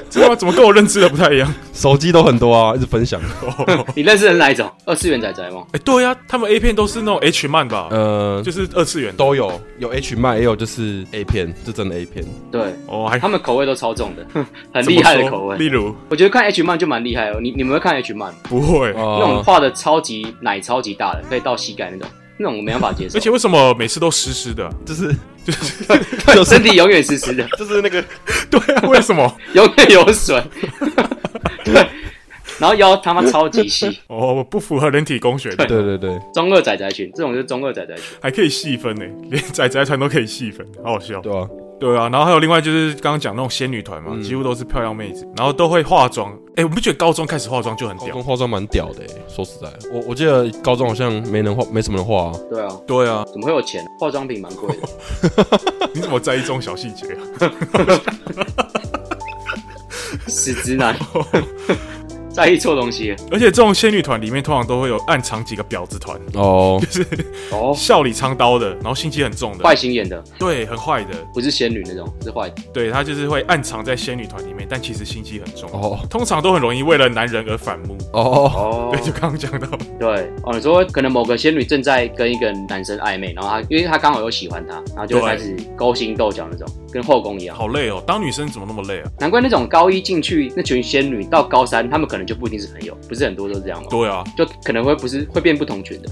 [SPEAKER 2] 这他妈怎么跟我认知的不太一样？
[SPEAKER 1] 手机都很多啊，一直分享，
[SPEAKER 2] 哦，
[SPEAKER 3] 你认识的是哪一种？二次元仔仔吗？
[SPEAKER 2] 哎、对呀、他们 A 片都是那种 H 漫吧，
[SPEAKER 1] 呃，
[SPEAKER 2] 就是二次元的。
[SPEAKER 1] 都有，有 H 漫，也有就是 A 片，是真的 A 片，
[SPEAKER 3] 对。
[SPEAKER 2] 哦，还
[SPEAKER 3] 他们口味都超重的， 很
[SPEAKER 2] 怎么
[SPEAKER 3] 厉害的
[SPEAKER 2] 说
[SPEAKER 3] 口
[SPEAKER 2] 例
[SPEAKER 3] 味。
[SPEAKER 2] 如
[SPEAKER 3] 我觉得看 H 漫就蛮厉害哦。你你们会看 H 漫吗？
[SPEAKER 2] 不会，
[SPEAKER 1] 哦
[SPEAKER 3] 那种画的超级奶超级大的，可以到膝盖那种，那种我没办法接受。
[SPEAKER 2] 而且为什么每次都湿 湿的？
[SPEAKER 1] 就是
[SPEAKER 2] 就是
[SPEAKER 1] 就
[SPEAKER 3] 身
[SPEAKER 1] 是
[SPEAKER 3] 体永远湿 湿的，
[SPEAKER 1] 就是那个
[SPEAKER 2] 对啊，为什么？
[SPEAKER 3] 永远有 水。对，然后腰他妈超级细，
[SPEAKER 2] 哦，不符合人体工学的，
[SPEAKER 1] 对对对
[SPEAKER 3] 中二仔仔群，这种就是中二仔仔群。
[SPEAKER 2] 还可以细分呢，连仔仔团都可以细分，好好笑。
[SPEAKER 1] 对啊，嗯
[SPEAKER 2] 对啊，然后还有另外就是刚刚讲那种仙女团嘛，几乎都是漂亮妹子，然后都会化妆。哎，我不觉得高中开始化妆就很
[SPEAKER 1] 高
[SPEAKER 2] 屌
[SPEAKER 1] 中？化妆蛮屌的欸，说实在，我我记得高中好像没人化，没什么人化啊，
[SPEAKER 3] 对啊，
[SPEAKER 2] 对啊，
[SPEAKER 3] 怎么会有钱？化妆品蛮贵的，
[SPEAKER 2] 你怎么在意这种小细节啊？
[SPEAKER 3] 死直男，
[SPEAKER 2] 哦
[SPEAKER 3] 在意错东西了。
[SPEAKER 2] 而且这种仙女团里面通常都会有暗藏几个婊子团，
[SPEAKER 1] 哦，
[SPEAKER 3] 哦，
[SPEAKER 2] 笑里藏刀的，然后心机很重
[SPEAKER 3] 坏
[SPEAKER 2] 的，
[SPEAKER 3] 心眼的，
[SPEAKER 2] 对，很坏的，
[SPEAKER 3] 不是仙女那种，是坏的。
[SPEAKER 2] 对他就是会暗藏在仙女团里面，但其实心机很重。
[SPEAKER 1] 哦
[SPEAKER 2] 通常都很容易为了男人而反目。
[SPEAKER 1] 哦，
[SPEAKER 3] 哦
[SPEAKER 2] 对，就刚刚讲到，
[SPEAKER 3] 对哦，你说可能某个仙女正在跟一个男生暧昧，然后他因为他刚好有喜欢他，然后就会
[SPEAKER 2] 对
[SPEAKER 3] 开始勾心斗角那种。跟后宫一 样。
[SPEAKER 2] 好累哦，当女生怎么那么累啊？
[SPEAKER 3] 难怪那种高一进去那群仙女，到高三她们可能就不一定是朋友，不是很多都这样吗？哦
[SPEAKER 2] 对啊，
[SPEAKER 3] 就可能会不是会变不同群的。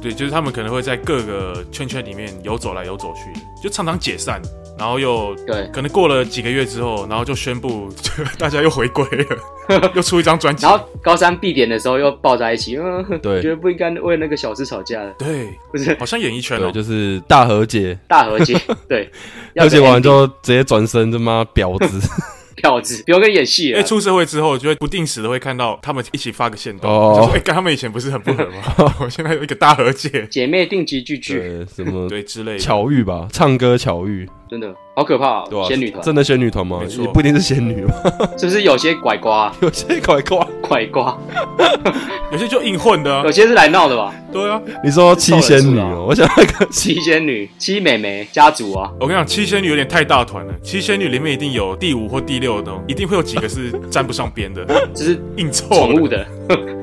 [SPEAKER 2] 对，就是他们可能会在各个圈圈里面游走来游走去，就常常解散，然后又
[SPEAKER 3] 对
[SPEAKER 2] 可能过了几个月之后，然后就宣布 大家又回归了，又出一张专辑
[SPEAKER 3] 然。后高三必点的时候又抱在一起，嗯，
[SPEAKER 1] 对
[SPEAKER 3] 觉得不应该为那个小事吵架的，
[SPEAKER 2] 对，
[SPEAKER 3] 不是
[SPEAKER 2] 好像演艺圈
[SPEAKER 1] 对，
[SPEAKER 2] 哦，
[SPEAKER 1] 就是大和解，
[SPEAKER 3] 大 和解，对，要
[SPEAKER 1] 和解
[SPEAKER 3] 个
[SPEAKER 1] 完
[SPEAKER 3] ending
[SPEAKER 1] 之后直接转身，他妈婊子
[SPEAKER 3] 婊子，不用跟你演戏
[SPEAKER 2] 因
[SPEAKER 3] 了
[SPEAKER 1] 哎
[SPEAKER 2] 为。出社会之后，就会不定时的会看到他们一起发个线动，
[SPEAKER 1] 哦
[SPEAKER 2] 就说哎，跟、他们以前不是很不合吗？我现在有一个大和 解，
[SPEAKER 3] 姐妹定级聚聚，
[SPEAKER 1] 对什么
[SPEAKER 2] 对之类 的。
[SPEAKER 1] 巧遇吧，唱歌巧遇，
[SPEAKER 3] 真的好可怕、
[SPEAKER 1] 对吧、啊
[SPEAKER 3] 哦！仙女团
[SPEAKER 1] 真的仙女团吗？
[SPEAKER 2] 没错
[SPEAKER 1] 也不一定是仙女吧，
[SPEAKER 3] 是不是有些拐瓜 啊、
[SPEAKER 1] 有些拐瓜。
[SPEAKER 3] 拐瓜，
[SPEAKER 2] 有些就硬混 的、啊
[SPEAKER 3] 有，些是来闹的吧？
[SPEAKER 2] 对啊。
[SPEAKER 1] 你说七仙女
[SPEAKER 3] 是
[SPEAKER 1] 哦，我想那个
[SPEAKER 3] 七仙女、七美眉家族啊，
[SPEAKER 2] 我跟你讲，七仙女有点太大团了，七仙女里面一定有第五或第六的哦，一定会有几个 是沾不上边的，
[SPEAKER 3] 这是
[SPEAKER 2] 硬凑的
[SPEAKER 3] 宠物的，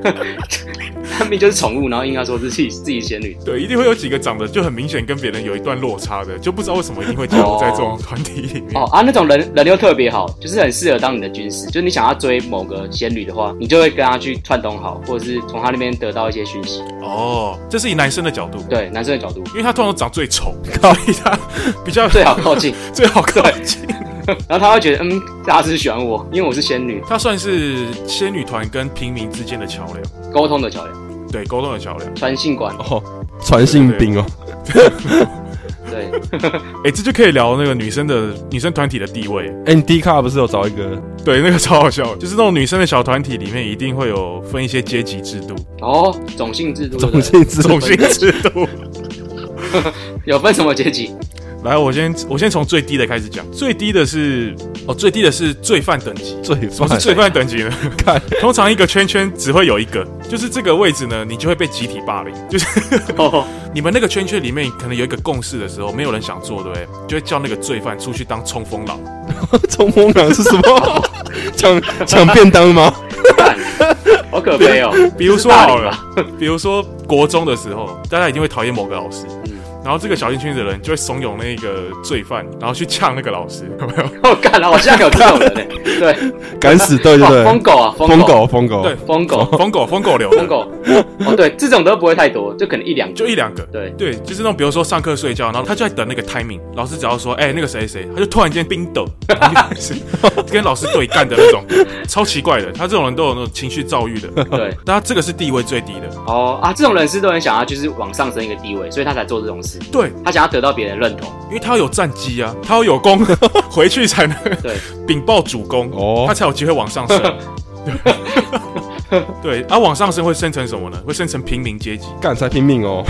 [SPEAKER 3] 他们就是宠物，然后硬要说是自己自己仙女，
[SPEAKER 2] 对，一定会有几个长得就很明显跟别人有一段落差的，就不知道为什么一定会加入在这种团体里面。
[SPEAKER 3] 哦啊，那种人人又特别好，就是很适合当你的军师。就是你想要追某个仙女的话，你就会跟她去串通好，或者是从她那边得到一些讯息。
[SPEAKER 2] 哦，这是以男生的角度，，
[SPEAKER 3] 对，男生的角度
[SPEAKER 2] 因为他通常长最丑，所以他比较
[SPEAKER 3] 最好靠近，
[SPEAKER 2] 最好靠近。
[SPEAKER 3] 然后他会觉得，嗯，大家是喜欢我，因为我是仙女，
[SPEAKER 2] 他算是仙女团跟平民之间的桥梁，
[SPEAKER 3] 沟通的桥梁，
[SPEAKER 2] 对，沟通的桥梁。
[SPEAKER 3] 传信管。
[SPEAKER 1] 哦，传信兵哦，
[SPEAKER 3] 对，
[SPEAKER 2] 哎，这就可以聊那个女生的女生团体的地位。
[SPEAKER 1] 哎，你 D 卡不是有找一个？
[SPEAKER 2] 对，那个超好笑，就是那种女生的小团体里面一定会有分一些阶级制度，
[SPEAKER 3] 哦，种姓制度，对
[SPEAKER 1] 种
[SPEAKER 3] 不 对
[SPEAKER 1] 姓制度
[SPEAKER 2] 种姓制度。
[SPEAKER 3] 有分什么阶级？
[SPEAKER 2] 来，我先我先从最低的开始讲，最低的是哦，最低的是罪犯等级。
[SPEAKER 1] 罪
[SPEAKER 2] 什么
[SPEAKER 1] 犯
[SPEAKER 2] 是罪犯等级呢？
[SPEAKER 1] 看
[SPEAKER 2] 通常一个圈圈只会有一个，就是这个位置呢，你就会被集体霸凌。就是
[SPEAKER 3] 哦，
[SPEAKER 2] 你们那个圈圈里面可能有一个共识的时候，没有人想做，对不对？就会叫那个罪犯出去当冲锋佬。
[SPEAKER 1] 冲锋狼是什么？ 抢抢便当吗？
[SPEAKER 3] 干好可悲哦。
[SPEAKER 2] 比如说
[SPEAKER 3] 这是霸
[SPEAKER 2] 好
[SPEAKER 3] 凌
[SPEAKER 2] 了，比如说国中的时候，大家一定会讨厌某个老师。
[SPEAKER 3] 嗯
[SPEAKER 2] 然后这个小圈圈的人就会怂恿那个罪犯，然后去呛那个老师，有没有？
[SPEAKER 3] 我哦干了，我现在有这种人呢。对，
[SPEAKER 1] 敢死队对不
[SPEAKER 3] 哦，疯
[SPEAKER 1] 对？
[SPEAKER 3] 狗啊，
[SPEAKER 1] 疯
[SPEAKER 3] 狗，
[SPEAKER 1] 狗疯狗，
[SPEAKER 2] 对
[SPEAKER 3] 疯狗，
[SPEAKER 2] 疯狗疯狗流的，
[SPEAKER 3] 疯狗。哦，对，这种都不会太多，就可能一两个。
[SPEAKER 2] 就一两个。
[SPEAKER 3] 对，
[SPEAKER 2] 对，就是那种比如说上课睡觉，然后他就在等那个 timing，老师只要说，哎、那个谁谁，他就突然间冰斗，然后就是 跟老师对干的那种，超奇怪的。他这种人都有那种情绪躁郁的，
[SPEAKER 3] 对，
[SPEAKER 2] 但他这个是地位最低的。
[SPEAKER 3] 哦啊，这种人士都很想要就是往上升一个地位，所以他才做这种事，
[SPEAKER 2] 对，
[SPEAKER 3] 他想要得到别人认同。
[SPEAKER 2] 因为他要有战绩啊，他要有功，回去才能
[SPEAKER 3] 对，
[SPEAKER 2] 禀报主公，
[SPEAKER 1] 哦
[SPEAKER 2] 他才有机会往上升。对，啊，往上升会升成什么呢？会升成平民阶级，
[SPEAKER 1] 干才拼命哦，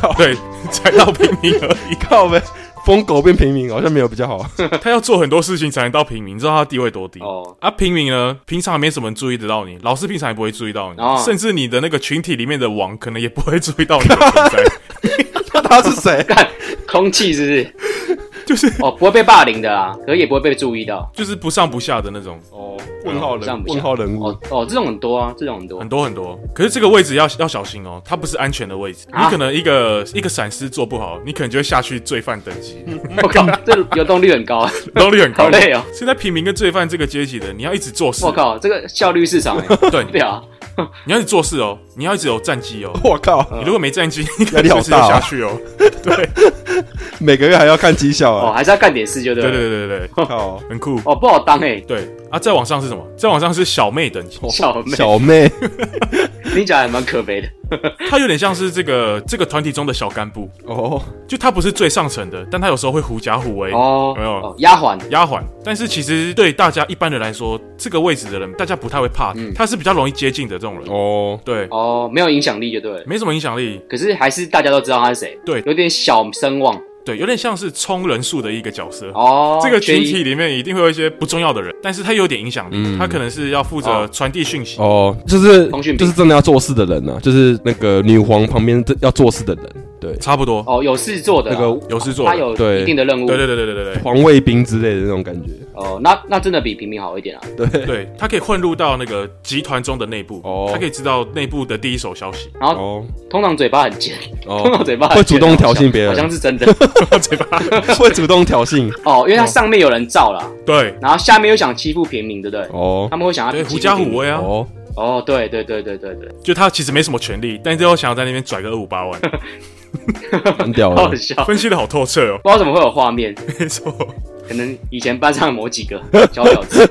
[SPEAKER 1] 靠
[SPEAKER 2] 对， 才到平民而 已。
[SPEAKER 1] 靠呗，疯狗变平民好像没有比较好。
[SPEAKER 2] 他要做很多事情才能到平民，你知道他地位多低
[SPEAKER 3] 哦
[SPEAKER 2] 啊，平民呢，平常没什么人注意得到你，老师平常也不会注意到你，
[SPEAKER 3] 哦
[SPEAKER 2] 甚至你的那个群体里面的王可能也不会注意到你的存 在。
[SPEAKER 1] 那他是谁？
[SPEAKER 3] 干空气是不是？就是哦，不会被霸凌的啦，可也不会被注意到。
[SPEAKER 2] 就是不上不下的那种，
[SPEAKER 1] 哦，问号
[SPEAKER 3] 这样
[SPEAKER 1] 人，
[SPEAKER 3] 不像
[SPEAKER 1] 问号人物
[SPEAKER 3] 哦，哦，这种很多啊，这种很多
[SPEAKER 2] 很。多很多。可是这个位置要要小心哦，它不是安全的位置，
[SPEAKER 3] 啊
[SPEAKER 2] 你可能一个一个闪失做不好，你可能就会下去罪犯等级，
[SPEAKER 3] 我靠，这流动率很高啊！
[SPEAKER 2] 动力很高。
[SPEAKER 3] 好累哦
[SPEAKER 2] 现在平民跟罪犯这个阶级的，你要一直做事
[SPEAKER 3] 我，靠，这个效率市场哎，
[SPEAKER 2] 对，
[SPEAKER 3] 对啊，
[SPEAKER 2] 你要一直做事哦，你要一直有战绩哦。
[SPEAKER 1] 我靠，
[SPEAKER 3] 嗯
[SPEAKER 2] 你如果没战绩，你可
[SPEAKER 1] 压力
[SPEAKER 2] 能
[SPEAKER 1] 好
[SPEAKER 2] 随时就
[SPEAKER 1] 大哦
[SPEAKER 2] 下去哦。
[SPEAKER 1] 每个月还要看绩效
[SPEAKER 3] 哦，
[SPEAKER 1] 啊！
[SPEAKER 3] 还是要干点事就对
[SPEAKER 2] 对
[SPEAKER 3] 了。
[SPEAKER 2] 对对对对，
[SPEAKER 1] 靠，
[SPEAKER 2] 很酷。
[SPEAKER 3] 哦，不好当哎，
[SPEAKER 2] 对啊，再往上是什么？再往上是小妹等级，
[SPEAKER 3] 小妹，
[SPEAKER 1] 小妹，
[SPEAKER 3] 听起来还蛮可悲的。
[SPEAKER 2] 她有点像是这个这个团体中的小干部，
[SPEAKER 1] 哦，
[SPEAKER 2] 就她不是最上层的，但她有时候会狐假虎威，
[SPEAKER 3] 哦，
[SPEAKER 2] 没有
[SPEAKER 3] 哦，丫鬟，
[SPEAKER 2] 丫鬟。但是其实对大家一般人来说，这个位置的人大家不太会怕，她是比较容易接近的这种人，
[SPEAKER 1] 哦，
[SPEAKER 2] 对，
[SPEAKER 3] 哦，没有影响力就对了。
[SPEAKER 2] 没什么影响力，
[SPEAKER 3] 可是还是大家都知道他是谁，
[SPEAKER 2] 对
[SPEAKER 3] 有点小声望
[SPEAKER 2] 对，有点像是冲人数的一个角色。
[SPEAKER 3] 哦。
[SPEAKER 2] 这个群
[SPEAKER 3] 缺
[SPEAKER 2] 体
[SPEAKER 3] 一
[SPEAKER 2] 里面一定会有一些不重要的人，但是他有点影响力，
[SPEAKER 1] 嗯
[SPEAKER 2] 他可能是要负责
[SPEAKER 3] 哦
[SPEAKER 2] 传递讯息。
[SPEAKER 1] 哦，就是
[SPEAKER 3] 通讯兵
[SPEAKER 1] 就是真的要做事的人呐、啊，就是那个女皇旁边这要做事的人，对，
[SPEAKER 2] 差不多。
[SPEAKER 3] 哦，有事做的啦
[SPEAKER 1] 那个
[SPEAKER 2] 有事做的
[SPEAKER 3] 他有
[SPEAKER 1] 对
[SPEAKER 3] 一定的任务，
[SPEAKER 2] 对对对对对对对
[SPEAKER 1] 皇卫兵之类的那种感觉。
[SPEAKER 3] 哦，那那真的比平民好一点啊。
[SPEAKER 1] 对，
[SPEAKER 2] 对，他可以混入到那个集团中的内部，
[SPEAKER 1] 哦
[SPEAKER 2] 他可以知道内部的第一手消 息。
[SPEAKER 3] 然后
[SPEAKER 1] 哦
[SPEAKER 3] 通常嘴巴很尖，通常
[SPEAKER 1] 哦，
[SPEAKER 3] 嘴 巴很
[SPEAKER 1] 会
[SPEAKER 3] 尖
[SPEAKER 1] 主动挑衅别人
[SPEAKER 3] 好像是真的
[SPEAKER 2] 嘴巴
[SPEAKER 1] 会主动挑衅。
[SPEAKER 3] 哦，因为他上面有人罩啦，
[SPEAKER 2] 对
[SPEAKER 3] 然后下面又想欺负平民，对不对？
[SPEAKER 1] 哦
[SPEAKER 3] 他们会想要
[SPEAKER 2] 对，
[SPEAKER 3] 欺负
[SPEAKER 2] 狐假
[SPEAKER 3] 平
[SPEAKER 2] 虎
[SPEAKER 3] 民
[SPEAKER 2] 威啊，
[SPEAKER 1] 哦，
[SPEAKER 3] 哦，对对对对对对，
[SPEAKER 2] 就他其实没什么权利，但是又想要在那边拽个二五八万，
[SPEAKER 1] 哦很屌啊
[SPEAKER 3] 好
[SPEAKER 1] 了
[SPEAKER 3] 好。笑，不
[SPEAKER 2] 分析的好透彻哦，
[SPEAKER 3] 知道怎么会有画面，
[SPEAKER 2] 没错。
[SPEAKER 3] 可能以前班上某几个小小子，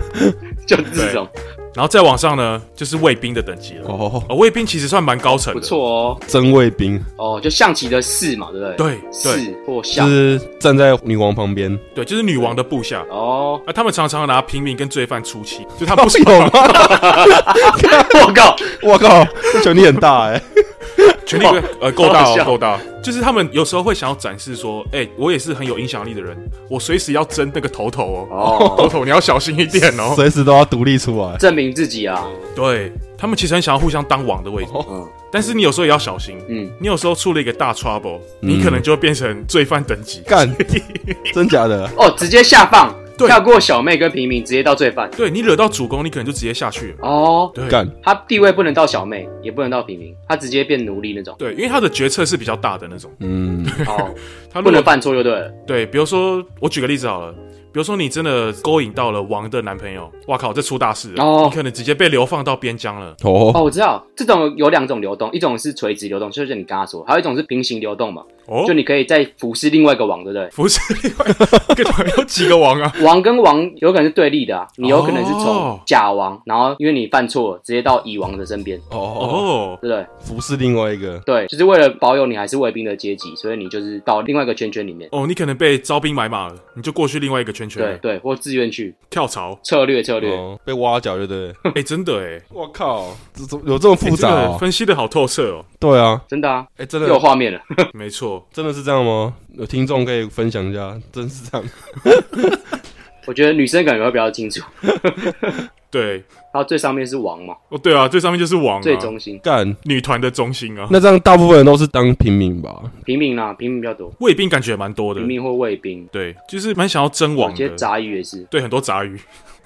[SPEAKER 3] 就是这种
[SPEAKER 2] 然后再往上呢，就是卫兵的等级了。
[SPEAKER 1] 哦，
[SPEAKER 2] 哦，卫兵其实算蛮高层的，
[SPEAKER 3] 不错哦，
[SPEAKER 1] 真卫兵
[SPEAKER 3] 哦，就象棋的士嘛，对不对？
[SPEAKER 2] 对对
[SPEAKER 3] 士或
[SPEAKER 1] 就
[SPEAKER 3] 象
[SPEAKER 1] 是站在女王旁 边，
[SPEAKER 2] 对，就是女王的部下。
[SPEAKER 3] 哦，
[SPEAKER 2] 啊，他们常常拿平民跟罪犯出气，就 他们不是
[SPEAKER 1] 啊有吗？
[SPEAKER 3] 我靠，
[SPEAKER 1] 我靠，这权力很大哎。
[SPEAKER 2] 权力归呃够大
[SPEAKER 3] 好
[SPEAKER 2] 哦
[SPEAKER 3] 笑
[SPEAKER 2] 够大哦，就是他们有时候会想要展示说，哎、我也是很有影响力的人，我随时要争那个头头哦，头
[SPEAKER 3] 哦，
[SPEAKER 2] 头你要小心一点哦。
[SPEAKER 1] 随时都要独立出来。
[SPEAKER 3] 证明自己啊，
[SPEAKER 2] 对他们其实很想要互相当王的位置，
[SPEAKER 3] 嗯
[SPEAKER 2] 但是你有时候也要小心，
[SPEAKER 3] 嗯，
[SPEAKER 2] 你有时候出了一个大 trouble，你可能就会变成罪犯等级。
[SPEAKER 1] 干，真假的？
[SPEAKER 3] 哦，直接下放，
[SPEAKER 2] 对
[SPEAKER 3] 跳过小妹跟平民，直接到罪犯，
[SPEAKER 2] 对你惹到主公，你可能就直接下去了。
[SPEAKER 3] 哦，
[SPEAKER 2] 对，
[SPEAKER 1] 干，
[SPEAKER 3] 他地位不能到小妹，也不能到平民，他直接变奴隶那种，
[SPEAKER 2] 对，因为他的决策是比较大的那种，
[SPEAKER 1] 嗯，
[SPEAKER 3] 哦，
[SPEAKER 2] 他
[SPEAKER 3] 不
[SPEAKER 2] 如果
[SPEAKER 3] 能犯错就对了，
[SPEAKER 2] 对，比如说我举个例子好了。比如说，你真的勾引到了王的男朋友，哇靠，这出大事了！
[SPEAKER 3] 哦
[SPEAKER 2] 你可能直接被流放到边疆了。
[SPEAKER 1] 哦，
[SPEAKER 3] 哦，我知道，这种有两种流动，一种是垂直流动，就是你刚刚说，还有一种是平行流动嘛，
[SPEAKER 2] 哦，
[SPEAKER 3] 就你可以再服侍另外一个王，对不对？
[SPEAKER 2] 不是另外跟团有几个王 啊？
[SPEAKER 3] 王跟王有可能是对立的啊，你有可能是
[SPEAKER 2] 哦
[SPEAKER 3] 从甲王，然后因为你犯错了，直接到乙王的身边，
[SPEAKER 1] 哦，
[SPEAKER 2] 哦，
[SPEAKER 3] 对不对？
[SPEAKER 1] 服侍另外一个，
[SPEAKER 3] 对，就是为了保有你还是卫兵的阶级，所以你就是到另外一个圈圈里面，
[SPEAKER 2] 哦，你可能被招兵买马了，你就过去另外一个圈圈
[SPEAKER 3] 对
[SPEAKER 2] 了，
[SPEAKER 3] 对，或自愿去。
[SPEAKER 2] 跳槽
[SPEAKER 3] 策略策略，
[SPEAKER 1] 哦，被挖角就对。
[SPEAKER 2] 哎、真的哎、
[SPEAKER 1] 我靠，这怎么有这么复
[SPEAKER 2] 欸
[SPEAKER 1] 杂
[SPEAKER 2] 真的
[SPEAKER 1] 哦？
[SPEAKER 2] 分析的好透彻哦。
[SPEAKER 1] 对啊，
[SPEAKER 3] 真的啊，
[SPEAKER 1] 哎，真
[SPEAKER 3] 又有
[SPEAKER 1] 的
[SPEAKER 3] 画面了，
[SPEAKER 2] 没错，
[SPEAKER 1] 真的是这样吗？有听众可以分享一下， 真是这样。
[SPEAKER 3] 我觉得女生感觉会比较清楚，
[SPEAKER 2] 对，
[SPEAKER 3] 然后最上面是王嘛，
[SPEAKER 2] 哦对啊，最上面就是王、啊，
[SPEAKER 3] 最中心，
[SPEAKER 1] 干，
[SPEAKER 2] 女团的中心啊。
[SPEAKER 1] 那这样大部分人都是当平民吧？
[SPEAKER 3] 平民啊，平民比较多，
[SPEAKER 2] 卫兵感觉也蛮多的
[SPEAKER 3] 平，民或卫兵，
[SPEAKER 2] 对，就是蛮想要争王
[SPEAKER 3] 有些
[SPEAKER 2] 的。
[SPEAKER 3] 杂鱼也是，
[SPEAKER 2] 对，很多杂鱼，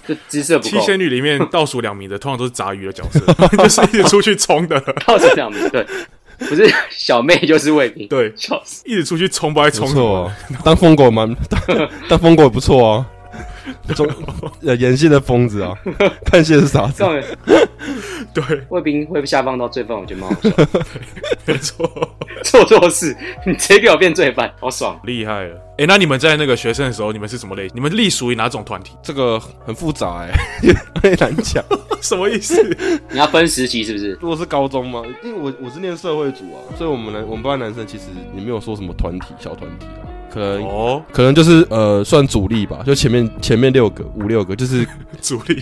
[SPEAKER 3] 就姿色不
[SPEAKER 2] 七
[SPEAKER 3] 够，
[SPEAKER 2] 仙女里面倒数两名的，通常都是杂鱼的角色， 就是一直出去冲的，
[SPEAKER 3] 靠着这样子，对，不是 小妹就是卫兵，
[SPEAKER 2] 对，
[SPEAKER 3] 笑死。
[SPEAKER 2] 一直出去冲，不爱
[SPEAKER 1] 不
[SPEAKER 2] 冲什
[SPEAKER 1] 错
[SPEAKER 2] 么
[SPEAKER 1] 啊，当疯狗蛮 当当疯狗也不错啊。 中呃，演戏的疯子 啊，看戏的傻子
[SPEAKER 3] 这。种
[SPEAKER 2] 的。对，
[SPEAKER 3] 卫兵会被下放到罪犯，我觉得蛮好笑。
[SPEAKER 2] 没错。
[SPEAKER 3] 做错事，你直接给我变罪犯，好爽。
[SPEAKER 2] 厉害了！哎、那你们在那个学生的时候，你们是什么类型？你们隶属于哪种团体？
[SPEAKER 1] 这个很复杂 哎、欸，很难讲。
[SPEAKER 2] 什么意思？
[SPEAKER 3] 你要分时期是不是？
[SPEAKER 1] 如果是高中吗？因为我我是念社会组啊，所以我们男我们班男生其实也没有说什么团体小团体啊，可能、
[SPEAKER 2] 哦，
[SPEAKER 1] 可能就是呃算主力吧，就前面前面六个五六个就是
[SPEAKER 2] 主力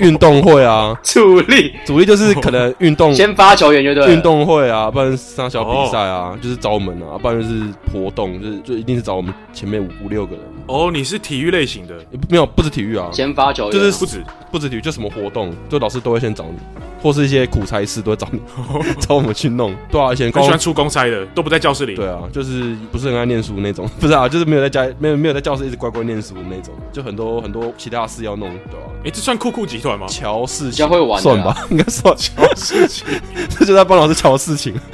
[SPEAKER 1] 运动会啊，
[SPEAKER 3] 主力
[SPEAKER 1] 主力就是可能运
[SPEAKER 2] 嗯
[SPEAKER 1] 动
[SPEAKER 3] 先发球员就对了。
[SPEAKER 1] 运动会啊，不然上小比赛
[SPEAKER 3] 哦
[SPEAKER 1] 啊，就是找我们啊，不然就是活动，就是就一定是找我们前面五五六个人，
[SPEAKER 2] 哦，你是体育类型的，
[SPEAKER 1] 也不没有不止体育啊，
[SPEAKER 3] 先发球员啊、
[SPEAKER 1] 就是
[SPEAKER 2] 不止
[SPEAKER 1] 不止体育，就什么活动，就老师都会先找你，或是一些苦差事都会找 你，找我们去弄。对啊，以前
[SPEAKER 2] 很
[SPEAKER 1] 高
[SPEAKER 2] 喜欢出公差的，都不在教室里。
[SPEAKER 1] 对啊，就是不是很爱念书那种，不是啊，就是没有在家，没有没有在教室一直乖乖念书的那种，就很多很多其他事要弄，对吧、
[SPEAKER 2] 哎、这算酷酷集团吗？
[SPEAKER 1] 乔事
[SPEAKER 3] 比
[SPEAKER 1] 情
[SPEAKER 3] 较会玩的
[SPEAKER 1] 算
[SPEAKER 3] 啊
[SPEAKER 1] 吧， 应该算，
[SPEAKER 2] 乔事情。
[SPEAKER 1] 这就在帮老师乔事情。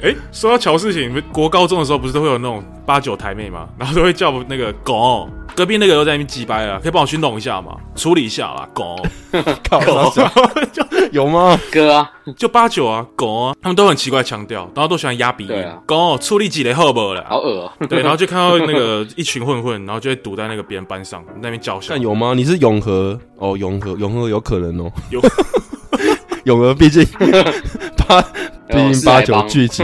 [SPEAKER 2] 哎、说到乔事情，你们国高中的时候不是都会有那种八九台妹吗？然后都会叫那个狗。隔壁那个又在那边鸡掰了，可以帮我去弄一下吗？处理一下啦，狗
[SPEAKER 1] 靠，傻
[SPEAKER 2] 就
[SPEAKER 1] 小 有吗？
[SPEAKER 3] 哥啊，
[SPEAKER 2] 就八九啊，狗啊，他们都很奇怪的腔调，然后都喜欢压鼻
[SPEAKER 3] 对
[SPEAKER 2] 音
[SPEAKER 3] 啊，
[SPEAKER 2] 狗、处理几雷后不了，
[SPEAKER 3] 好恶、哦。
[SPEAKER 2] 对，然后就看到那个一群混混，然后就会堵在那个别人班上，那边叫嚣
[SPEAKER 1] 看。有吗？你是永和哦，永和永和有可能哦，
[SPEAKER 2] 有
[SPEAKER 1] 永和 毕竟八毕竟
[SPEAKER 3] 四
[SPEAKER 1] 八
[SPEAKER 3] 海
[SPEAKER 1] 九
[SPEAKER 3] 帮
[SPEAKER 1] 聚 集，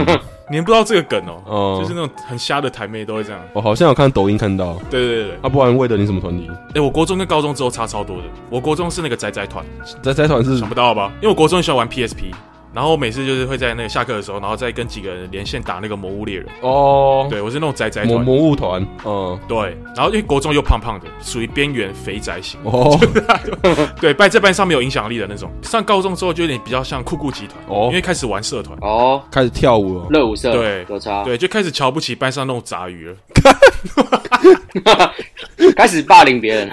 [SPEAKER 2] 你们不知道这个梗哦、
[SPEAKER 1] 哦
[SPEAKER 2] 就是那种很瞎的台妹都会这样。
[SPEAKER 1] 我好像有看抖音看到，
[SPEAKER 2] 对对对对，
[SPEAKER 1] 啊，不然为了你什么团体？
[SPEAKER 2] 哎、我国中跟高中之后差超多的。我国中是那个宅宅团，
[SPEAKER 1] 宅宅团是
[SPEAKER 2] 想不到吧？因为我国中很喜欢玩 PSP，然后我每次就是会在那个下课的时候，然后再跟几个人连线打那个魔物猎人。
[SPEAKER 1] 哦，
[SPEAKER 2] 对我是那种宅宅
[SPEAKER 1] 魔
[SPEAKER 2] 团，
[SPEAKER 1] 魔物团，嗯，
[SPEAKER 2] 对，然后因为国中又胖胖的，属于边缘肥宅型，
[SPEAKER 1] 哦，
[SPEAKER 2] 对，班在班上没有影响力的那种。上高中之后就有点比较像酷酷集团，
[SPEAKER 1] 哦
[SPEAKER 2] 因为开始玩社团，
[SPEAKER 3] 哦，
[SPEAKER 1] 开始跳舞了，
[SPEAKER 3] 热舞社
[SPEAKER 2] 对
[SPEAKER 3] 有差，
[SPEAKER 2] 对，就开始瞧不起班上那种杂鱼了。
[SPEAKER 3] 开始霸凌别人，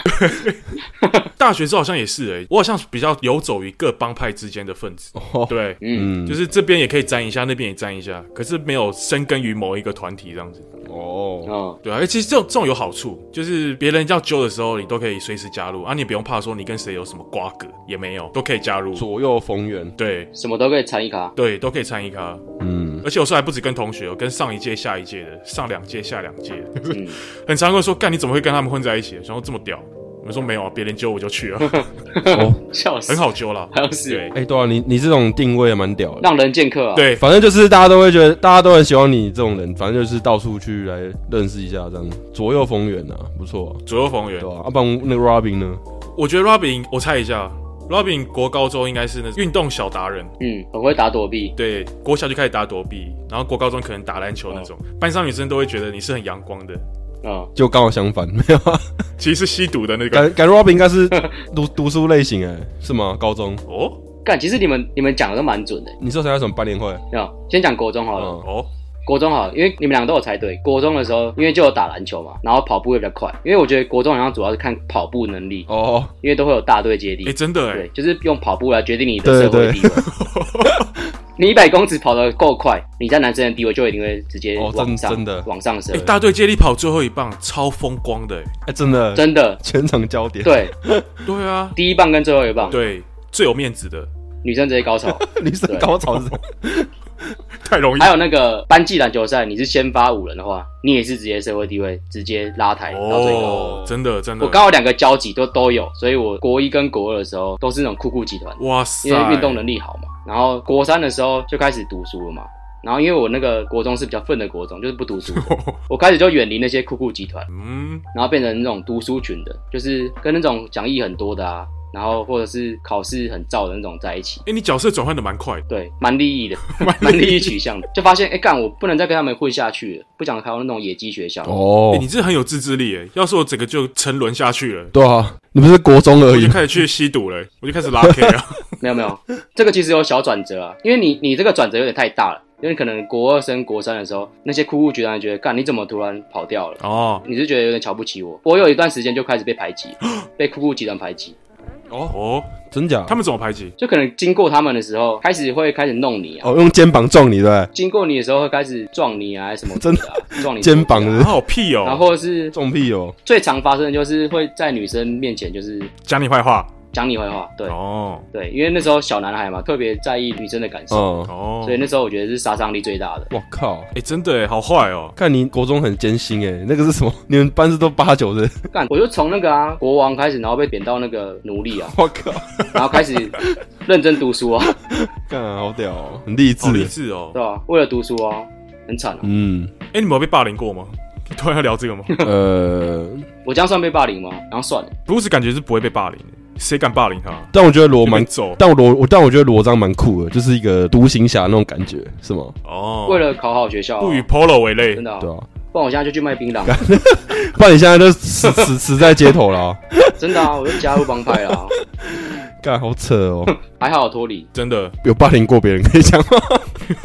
[SPEAKER 2] 大学之后好像也是诶、欸我好像比较游走于各帮派之间的分子，
[SPEAKER 1] 哦，
[SPEAKER 2] 对。
[SPEAKER 3] 嗯，
[SPEAKER 1] 嗯，
[SPEAKER 2] 就是这边也可以沾一下，那边也沾一下，可是没有深耕于某一个团体这样子，
[SPEAKER 1] 哦，
[SPEAKER 3] 哦，
[SPEAKER 2] 对啊。而其实这种这种有好处，就是别人要揪的时候，你都可以随时加入啊，你也不用怕说你跟谁有什么瓜葛，也没有，都可以加入，
[SPEAKER 1] 左右逢源，
[SPEAKER 2] 对
[SPEAKER 3] 什么都可以参与啊卡，
[SPEAKER 2] 对，都可以参与咖。
[SPEAKER 1] 嗯，
[SPEAKER 2] 而且有时候还不止跟同学，哦我跟上一届、下一届的，上两届、下两届的，
[SPEAKER 3] 嗯，
[SPEAKER 2] 很常会说，干你怎么会跟他们混在一起？然后这么屌，我们说没有啊，别人揪我就去了，
[SPEAKER 1] 哦，
[SPEAKER 3] 笑死，
[SPEAKER 2] 很，好揪啦。
[SPEAKER 3] 好像是
[SPEAKER 2] 对
[SPEAKER 1] 哎，对啊，你你这种定位也蛮屌的，
[SPEAKER 3] 让人见客啊，，
[SPEAKER 2] 对，
[SPEAKER 1] 反正就是大家都会觉得，大家都很喜欢你这种人，反正就是到处去来认识一下，这样左右逢源啊，不错啊、
[SPEAKER 2] 左右逢源
[SPEAKER 1] 对。吧、啊？不然那个 Robin 呢？
[SPEAKER 2] 我觉得 Robin，我猜一下，Robin 国高中应该是那运动小达人，
[SPEAKER 3] 嗯，很会打躲避，
[SPEAKER 2] 对，国小就开始打躲避，然后国高中可能打篮球那种，班上女生都会觉得你是很阳光的，
[SPEAKER 3] 嗯，
[SPEAKER 1] 就刚好相反，没有啊？
[SPEAKER 2] 其实是吸毒的那个。
[SPEAKER 1] 感感觉 Robin 应该是读读书类型哎、是吗？高中
[SPEAKER 2] 哦
[SPEAKER 3] 干，其实你们你们讲的都蛮准的，
[SPEAKER 1] 你说参加什么班联会？
[SPEAKER 3] 啊，先讲国中好了，
[SPEAKER 1] 嗯，
[SPEAKER 2] 哦，
[SPEAKER 3] 国中好了，因为你们两个都有猜对。国中的时候，因为就有打篮球嘛，然后跑步也比较快，因为我觉得国中好像主要是看跑步能力，
[SPEAKER 1] 哦，
[SPEAKER 3] 因为都会有大队接
[SPEAKER 2] 哎、
[SPEAKER 3] 力，
[SPEAKER 2] 真的哎、
[SPEAKER 3] 对，就是用跑步来决定你的社会地位。 你一百公尺跑得够快，你在男生的地位就一定会直接
[SPEAKER 1] 哦真
[SPEAKER 3] 往上，
[SPEAKER 1] 真的
[SPEAKER 3] 往上升
[SPEAKER 2] 哎、，大队接力跑最后一棒超风光的、欸，
[SPEAKER 1] 哎、真的，
[SPEAKER 3] 真的。
[SPEAKER 1] 全场焦点，，
[SPEAKER 3] 对，
[SPEAKER 2] 对啊，
[SPEAKER 3] 第一棒跟最后一棒，
[SPEAKER 2] 对，最有面子的，
[SPEAKER 3] 女生直接高潮。
[SPEAKER 1] 女生高潮是什么
[SPEAKER 2] 太容易
[SPEAKER 3] 还有那个班级篮球赛，你是先发五人的话，你也是直接社会地位直接拉抬到最高。
[SPEAKER 2] 哦，真的真的，
[SPEAKER 3] 我刚好两个交集都都有，所以我国一跟国二的时候都是那种酷酷集团，
[SPEAKER 2] 哇塞，
[SPEAKER 3] 因为运动能力好嘛。然后国三的时候就开始读书了嘛。然后因为我那个国中是比较愤的国中，就是不读书的，
[SPEAKER 2] 哦
[SPEAKER 3] 我开始就远离那些酷酷集团，
[SPEAKER 2] 嗯，
[SPEAKER 3] 然后变成那种读书群的，就是跟那种讲义很多的啊，然后或者是考试很燥的那种在一起
[SPEAKER 2] 哎、。你角色转换的蛮快的，
[SPEAKER 3] 对，蛮利益的，蛮利益取向的，就发现哎干，我不能再跟他们混下去了，不想考那种野鸡学校。
[SPEAKER 1] 哦
[SPEAKER 2] 哎、你这很有自制力哎，要是我整个就沉沦下去了。
[SPEAKER 1] 对啊，你不是国中而
[SPEAKER 2] 我
[SPEAKER 1] 已
[SPEAKER 2] 就，开始去吸毒了欸，我就开始拉 K 啊，
[SPEAKER 3] 没有没有，这个其实有小转折啊，因为你你这个转折有点太大了，因为可能国二升国三的时候，那些酷酷集团觉得干你怎么突然跑掉了。
[SPEAKER 2] 哦
[SPEAKER 3] 你是觉得有点瞧不起我？我有一段时间就开始被排挤，被酷酷集团排挤，
[SPEAKER 1] 哦，
[SPEAKER 2] 哦，
[SPEAKER 1] 真假？
[SPEAKER 2] 他们怎么排挤？
[SPEAKER 3] 就可能经过他们的时候，开始会开始弄你啊。
[SPEAKER 1] 哦，用肩膀撞你对不对？
[SPEAKER 3] 经过你的时候会开始撞你啊，还是什么之类的、啊，撞你
[SPEAKER 1] 肩
[SPEAKER 3] 手指啊
[SPEAKER 1] 膀
[SPEAKER 2] 他
[SPEAKER 1] 的
[SPEAKER 2] 好屁
[SPEAKER 3] 然
[SPEAKER 2] 哦，
[SPEAKER 3] 后或者是
[SPEAKER 1] 撞屁哦，
[SPEAKER 3] 最常发生的就是会在女生面前就是
[SPEAKER 2] 讲你坏话
[SPEAKER 3] 讲你坏话，对、
[SPEAKER 2] 哦
[SPEAKER 3] 对，因为那时候小男孩嘛，特别在意女生的感受，
[SPEAKER 1] 嗯，
[SPEAKER 2] 哦
[SPEAKER 3] 所以，那时候我觉得是杀伤力最大的。
[SPEAKER 1] 我靠。
[SPEAKER 2] 哎，真的哎，好坏哦，
[SPEAKER 1] 看你国中很艰辛哎、那个是什么？你们班是都八九的，
[SPEAKER 3] 干，我就从那个啊国王开始，然后被贬到那个奴隶啊，
[SPEAKER 1] 我靠，
[SPEAKER 3] 然后 开始认真读书啊，
[SPEAKER 1] 干好屌、哦，很励志
[SPEAKER 2] 好励
[SPEAKER 1] 欸。
[SPEAKER 2] 志哦
[SPEAKER 3] 对。吧、为了读书哦，很惨、啊。
[SPEAKER 1] 嗯，
[SPEAKER 2] 哎，你们有被霸凌过吗？突然要聊这 个吗？
[SPEAKER 1] 呃，
[SPEAKER 3] 我这样算被霸凌吗？然后算了，
[SPEAKER 2] 不是，感觉是不会被霸凌的，谁敢霸凌他？
[SPEAKER 1] 但我觉得罗蛮
[SPEAKER 2] 就被，揍
[SPEAKER 1] 但我罗，我但我觉得罗章蛮酷的，就是一个独行侠那种感觉，是吗？
[SPEAKER 2] 哦，
[SPEAKER 3] 为了考好学校啊、
[SPEAKER 2] 不与 Polo 为类
[SPEAKER 3] 真，的、啊，
[SPEAKER 1] 对啊，
[SPEAKER 3] 不然我现在就去卖槟榔，
[SPEAKER 1] 不然你现在就死 死死在街头了、啊，
[SPEAKER 3] 真的啊，我就加入帮派了、啊，
[SPEAKER 1] 干好扯哦！
[SPEAKER 3] 还好有脱离。
[SPEAKER 2] 真的
[SPEAKER 1] 有霸凌过别人可以讲吗？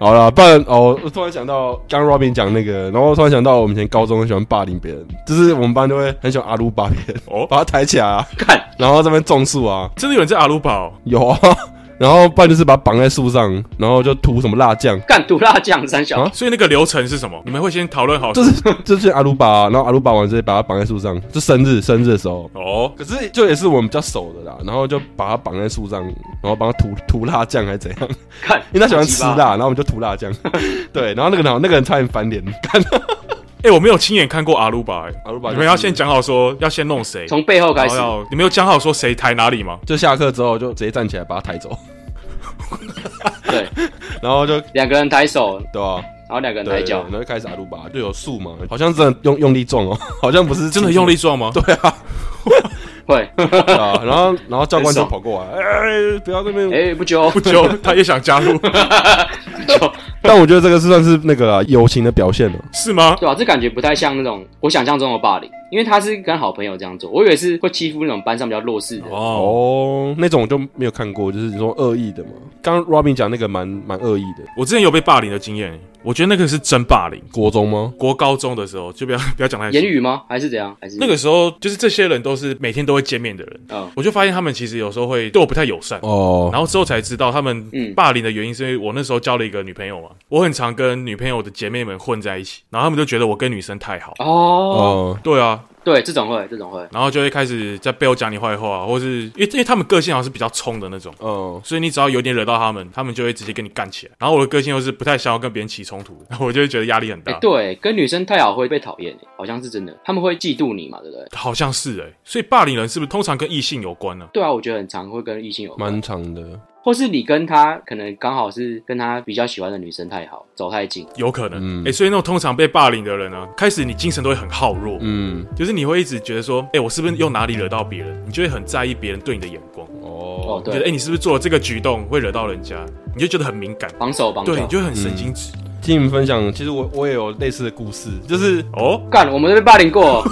[SPEAKER 1] 好了，不然哦，我突然想到刚刚 Robin 讲那个，然后我突然想到我们以前高中很喜欢霸凌别人，就是我们班都会很喜欢阿鲁巴别人，
[SPEAKER 2] 哦
[SPEAKER 1] 把他抬起来啊，
[SPEAKER 3] 看，
[SPEAKER 1] 然后这边种树啊，
[SPEAKER 2] 真的有人在阿鲁哦堡
[SPEAKER 1] 有啊， 然后不然就是把他绑在树上，然后就涂什么辣酱，
[SPEAKER 3] 干毒辣酱三小，
[SPEAKER 1] 啊
[SPEAKER 2] 所以那个流程是什么？你们会先讨论好，
[SPEAKER 1] 就是 就是阿鲁巴、然后阿鲁巴完直接把他绑在树上，就生日生日的时候，
[SPEAKER 2] 哦，
[SPEAKER 1] 可是就也是我们比较熟的啦，然后就把他绑在树上，然后帮他涂涂辣酱还是怎样，
[SPEAKER 3] 看，
[SPEAKER 1] 因为他喜欢吃
[SPEAKER 3] 好鸡巴，
[SPEAKER 1] 辣，然后我们就涂辣酱， 对，然后那个人好那个人差点翻脸， 干
[SPEAKER 2] 哎，我没有亲眼看过阿鲁堡，哎
[SPEAKER 1] 阿鲁巴就
[SPEAKER 2] 你
[SPEAKER 1] 是
[SPEAKER 2] 们要先讲好说要先弄谁，
[SPEAKER 3] 从背后开
[SPEAKER 2] 然
[SPEAKER 3] 始
[SPEAKER 2] 后，要你们有讲好说谁抬哪里吗？
[SPEAKER 1] 就下课之后就直接站起来把他抬走，
[SPEAKER 3] 对，
[SPEAKER 1] 然后就
[SPEAKER 3] 两个人抬手，
[SPEAKER 1] 对吧、啊？
[SPEAKER 3] 然后两个人
[SPEAKER 1] 对
[SPEAKER 3] 抬
[SPEAKER 1] 对对
[SPEAKER 3] 脚
[SPEAKER 1] 然，后就开始阿鲁巴， 就有树嘛，好像真的用用力撞哦，好像不是
[SPEAKER 2] 真的用力，撞吗？
[SPEAKER 1] 对啊，
[SPEAKER 3] 会，
[SPEAKER 1] 对啊，然后然后教官就
[SPEAKER 3] 很爽
[SPEAKER 1] 跑过来， 哎，不要这边。
[SPEAKER 3] 哎，不久
[SPEAKER 2] 不久 他也想加入，
[SPEAKER 1] 但我觉得这个是算是那个啊友情的表现了。
[SPEAKER 2] 是吗？
[SPEAKER 3] 对啊，这感觉不太像那种我想象中的霸凌，因为他是跟好朋友这样做，我以为是会欺负那种班上比较弱势的。
[SPEAKER 2] 哦，
[SPEAKER 1] 哦，那种我就没有看过，就是你说恶意的嘛。刚刚 Robin 讲那个蛮蛮恶意的，
[SPEAKER 2] 我之前有被霸凌的经验，我觉得那个是真霸凌。
[SPEAKER 1] 国中吗？
[SPEAKER 2] 国高中的时候就不要 不要讲太
[SPEAKER 3] 言
[SPEAKER 2] 细。
[SPEAKER 3] 语吗？还是怎样？还是
[SPEAKER 2] 那个时候就是这些人都是每天都会见面的人，
[SPEAKER 3] 嗯
[SPEAKER 2] 我就发现他们其实有时候会对我不太友善。
[SPEAKER 1] 哦，
[SPEAKER 2] 然后之后才知道，他们
[SPEAKER 3] 嗯
[SPEAKER 2] 霸凌的原因是因为我那时候交了一个女朋友嘛，我很常跟女朋友的姐妹们混在一起，然后他们就觉得我跟女生太好，
[SPEAKER 3] 哦，
[SPEAKER 1] 哦，
[SPEAKER 2] 对啊，
[SPEAKER 3] 对，这种会，这种会，
[SPEAKER 2] 然后就会开始在背后讲你坏话，或是因为因为他们个性好像是比较冲的那种，
[SPEAKER 1] 哦，
[SPEAKER 2] 所以你只要有点惹到他们，他们就会直接跟你干起来。然后我的个性又是不太想要跟别人起冲突，然后我就会觉得压力很
[SPEAKER 3] 哎、
[SPEAKER 2] 大，
[SPEAKER 3] 对，跟女生太好会被讨厌，欸好像是真的，他们会嫉妒你嘛，对不对？
[SPEAKER 2] 好像是哎、所以霸凌人是不是通常跟异性有关呢、
[SPEAKER 3] 对啊，我觉得很常会跟异性有关，
[SPEAKER 1] 蛮长的，
[SPEAKER 3] 或是你跟他可能刚好是跟他比较喜欢的女生太好，走太近，
[SPEAKER 2] 有可能，哎、
[SPEAKER 1] 嗯
[SPEAKER 2] 所以那种通常被霸凌的人呢、开始你精神都会很耗弱，
[SPEAKER 1] 嗯，
[SPEAKER 2] 就是你会一直觉得说，哎、我是不是又哪里惹到别人？你就会很在意别人对你的眼光，
[SPEAKER 1] 哦
[SPEAKER 3] 哦
[SPEAKER 2] 觉得
[SPEAKER 3] 对
[SPEAKER 2] 哎、诶你是不是做了这个举动会惹到人家？你就觉得很敏感，
[SPEAKER 3] 绑手绑脚
[SPEAKER 2] 对，你。就会很神经
[SPEAKER 3] 嗯
[SPEAKER 2] 质。
[SPEAKER 1] 听你们分享，其实我我也有类似的故事， 就是
[SPEAKER 2] 哦，
[SPEAKER 3] 干，我们都被霸凌过，哦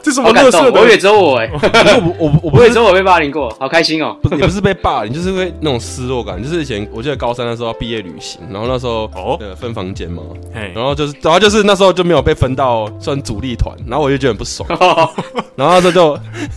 [SPEAKER 2] 这什么
[SPEAKER 3] 好感
[SPEAKER 2] 乐
[SPEAKER 3] 动
[SPEAKER 2] 色！
[SPEAKER 3] 我以为
[SPEAKER 2] 的？
[SPEAKER 3] 只有我哎、
[SPEAKER 1] 可是我我我不
[SPEAKER 3] 我以
[SPEAKER 1] 是
[SPEAKER 3] 为只有我被霸凌过，好开心哦、
[SPEAKER 1] 不是也不是被霸凌，就是会那种失落感。就是以前我记得高三的时候要毕业旅行，然后那时候
[SPEAKER 2] 哦
[SPEAKER 1] 呃分房间嘛，
[SPEAKER 2] 嘿
[SPEAKER 1] 然，后就是然后就是那时候就没有被分到算主力团，然后我就觉得很不爽，
[SPEAKER 3] 哦
[SPEAKER 1] 然后那时 候就就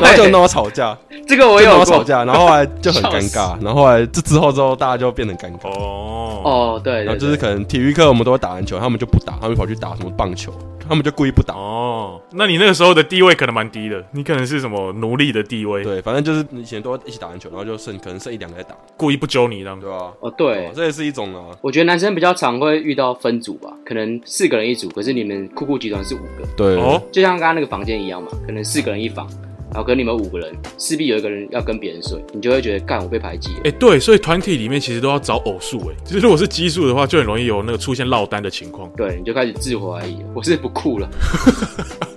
[SPEAKER 1] 然后就
[SPEAKER 3] 对，
[SPEAKER 1] 闹我吵架，
[SPEAKER 3] 这个我
[SPEAKER 1] 就
[SPEAKER 3] 也
[SPEAKER 1] 闹
[SPEAKER 3] 有
[SPEAKER 1] 我吵
[SPEAKER 3] 过。
[SPEAKER 1] 架，然后后来就很
[SPEAKER 3] 笑
[SPEAKER 1] 尴
[SPEAKER 3] 死
[SPEAKER 1] 尬，然后后来这之后之后大家就变得很尴尬。
[SPEAKER 2] 哦，
[SPEAKER 3] 哦，对
[SPEAKER 1] 然
[SPEAKER 3] 对
[SPEAKER 1] 后就是
[SPEAKER 3] 对，
[SPEAKER 1] 可能体育课我们都会打篮球，他们就不打，他们跑去打什么棒球，他们就故意不打。
[SPEAKER 2] 哦，那你那个时候的地位可能蛮低的，你可能是什么奴隶的地位，
[SPEAKER 1] 对，反正就是以前都一起打篮球，然后就剩可能剩一两个在打，
[SPEAKER 2] 故意不揪你这样。
[SPEAKER 1] 对吧、
[SPEAKER 3] 哦
[SPEAKER 1] 哦
[SPEAKER 3] 对，
[SPEAKER 1] 这也是一种啊。
[SPEAKER 3] 我觉得男生比较常会遇到分组吧，可能四个人一组，可是你们酷酷集团是五个，
[SPEAKER 1] 对，
[SPEAKER 2] 哦，
[SPEAKER 3] 就像刚刚那个房间一样嘛，可能四个人一房，然后跟你们五个人，势必有一个人要跟别人睡，你就会觉得干我被排挤了。
[SPEAKER 2] 哎、对，所以团体里面其实都要找偶数，哎，就是如果是奇数的话，就很容易有那个出现落单的情况。
[SPEAKER 3] 对，你就开始自我怀疑，我是不酷 了，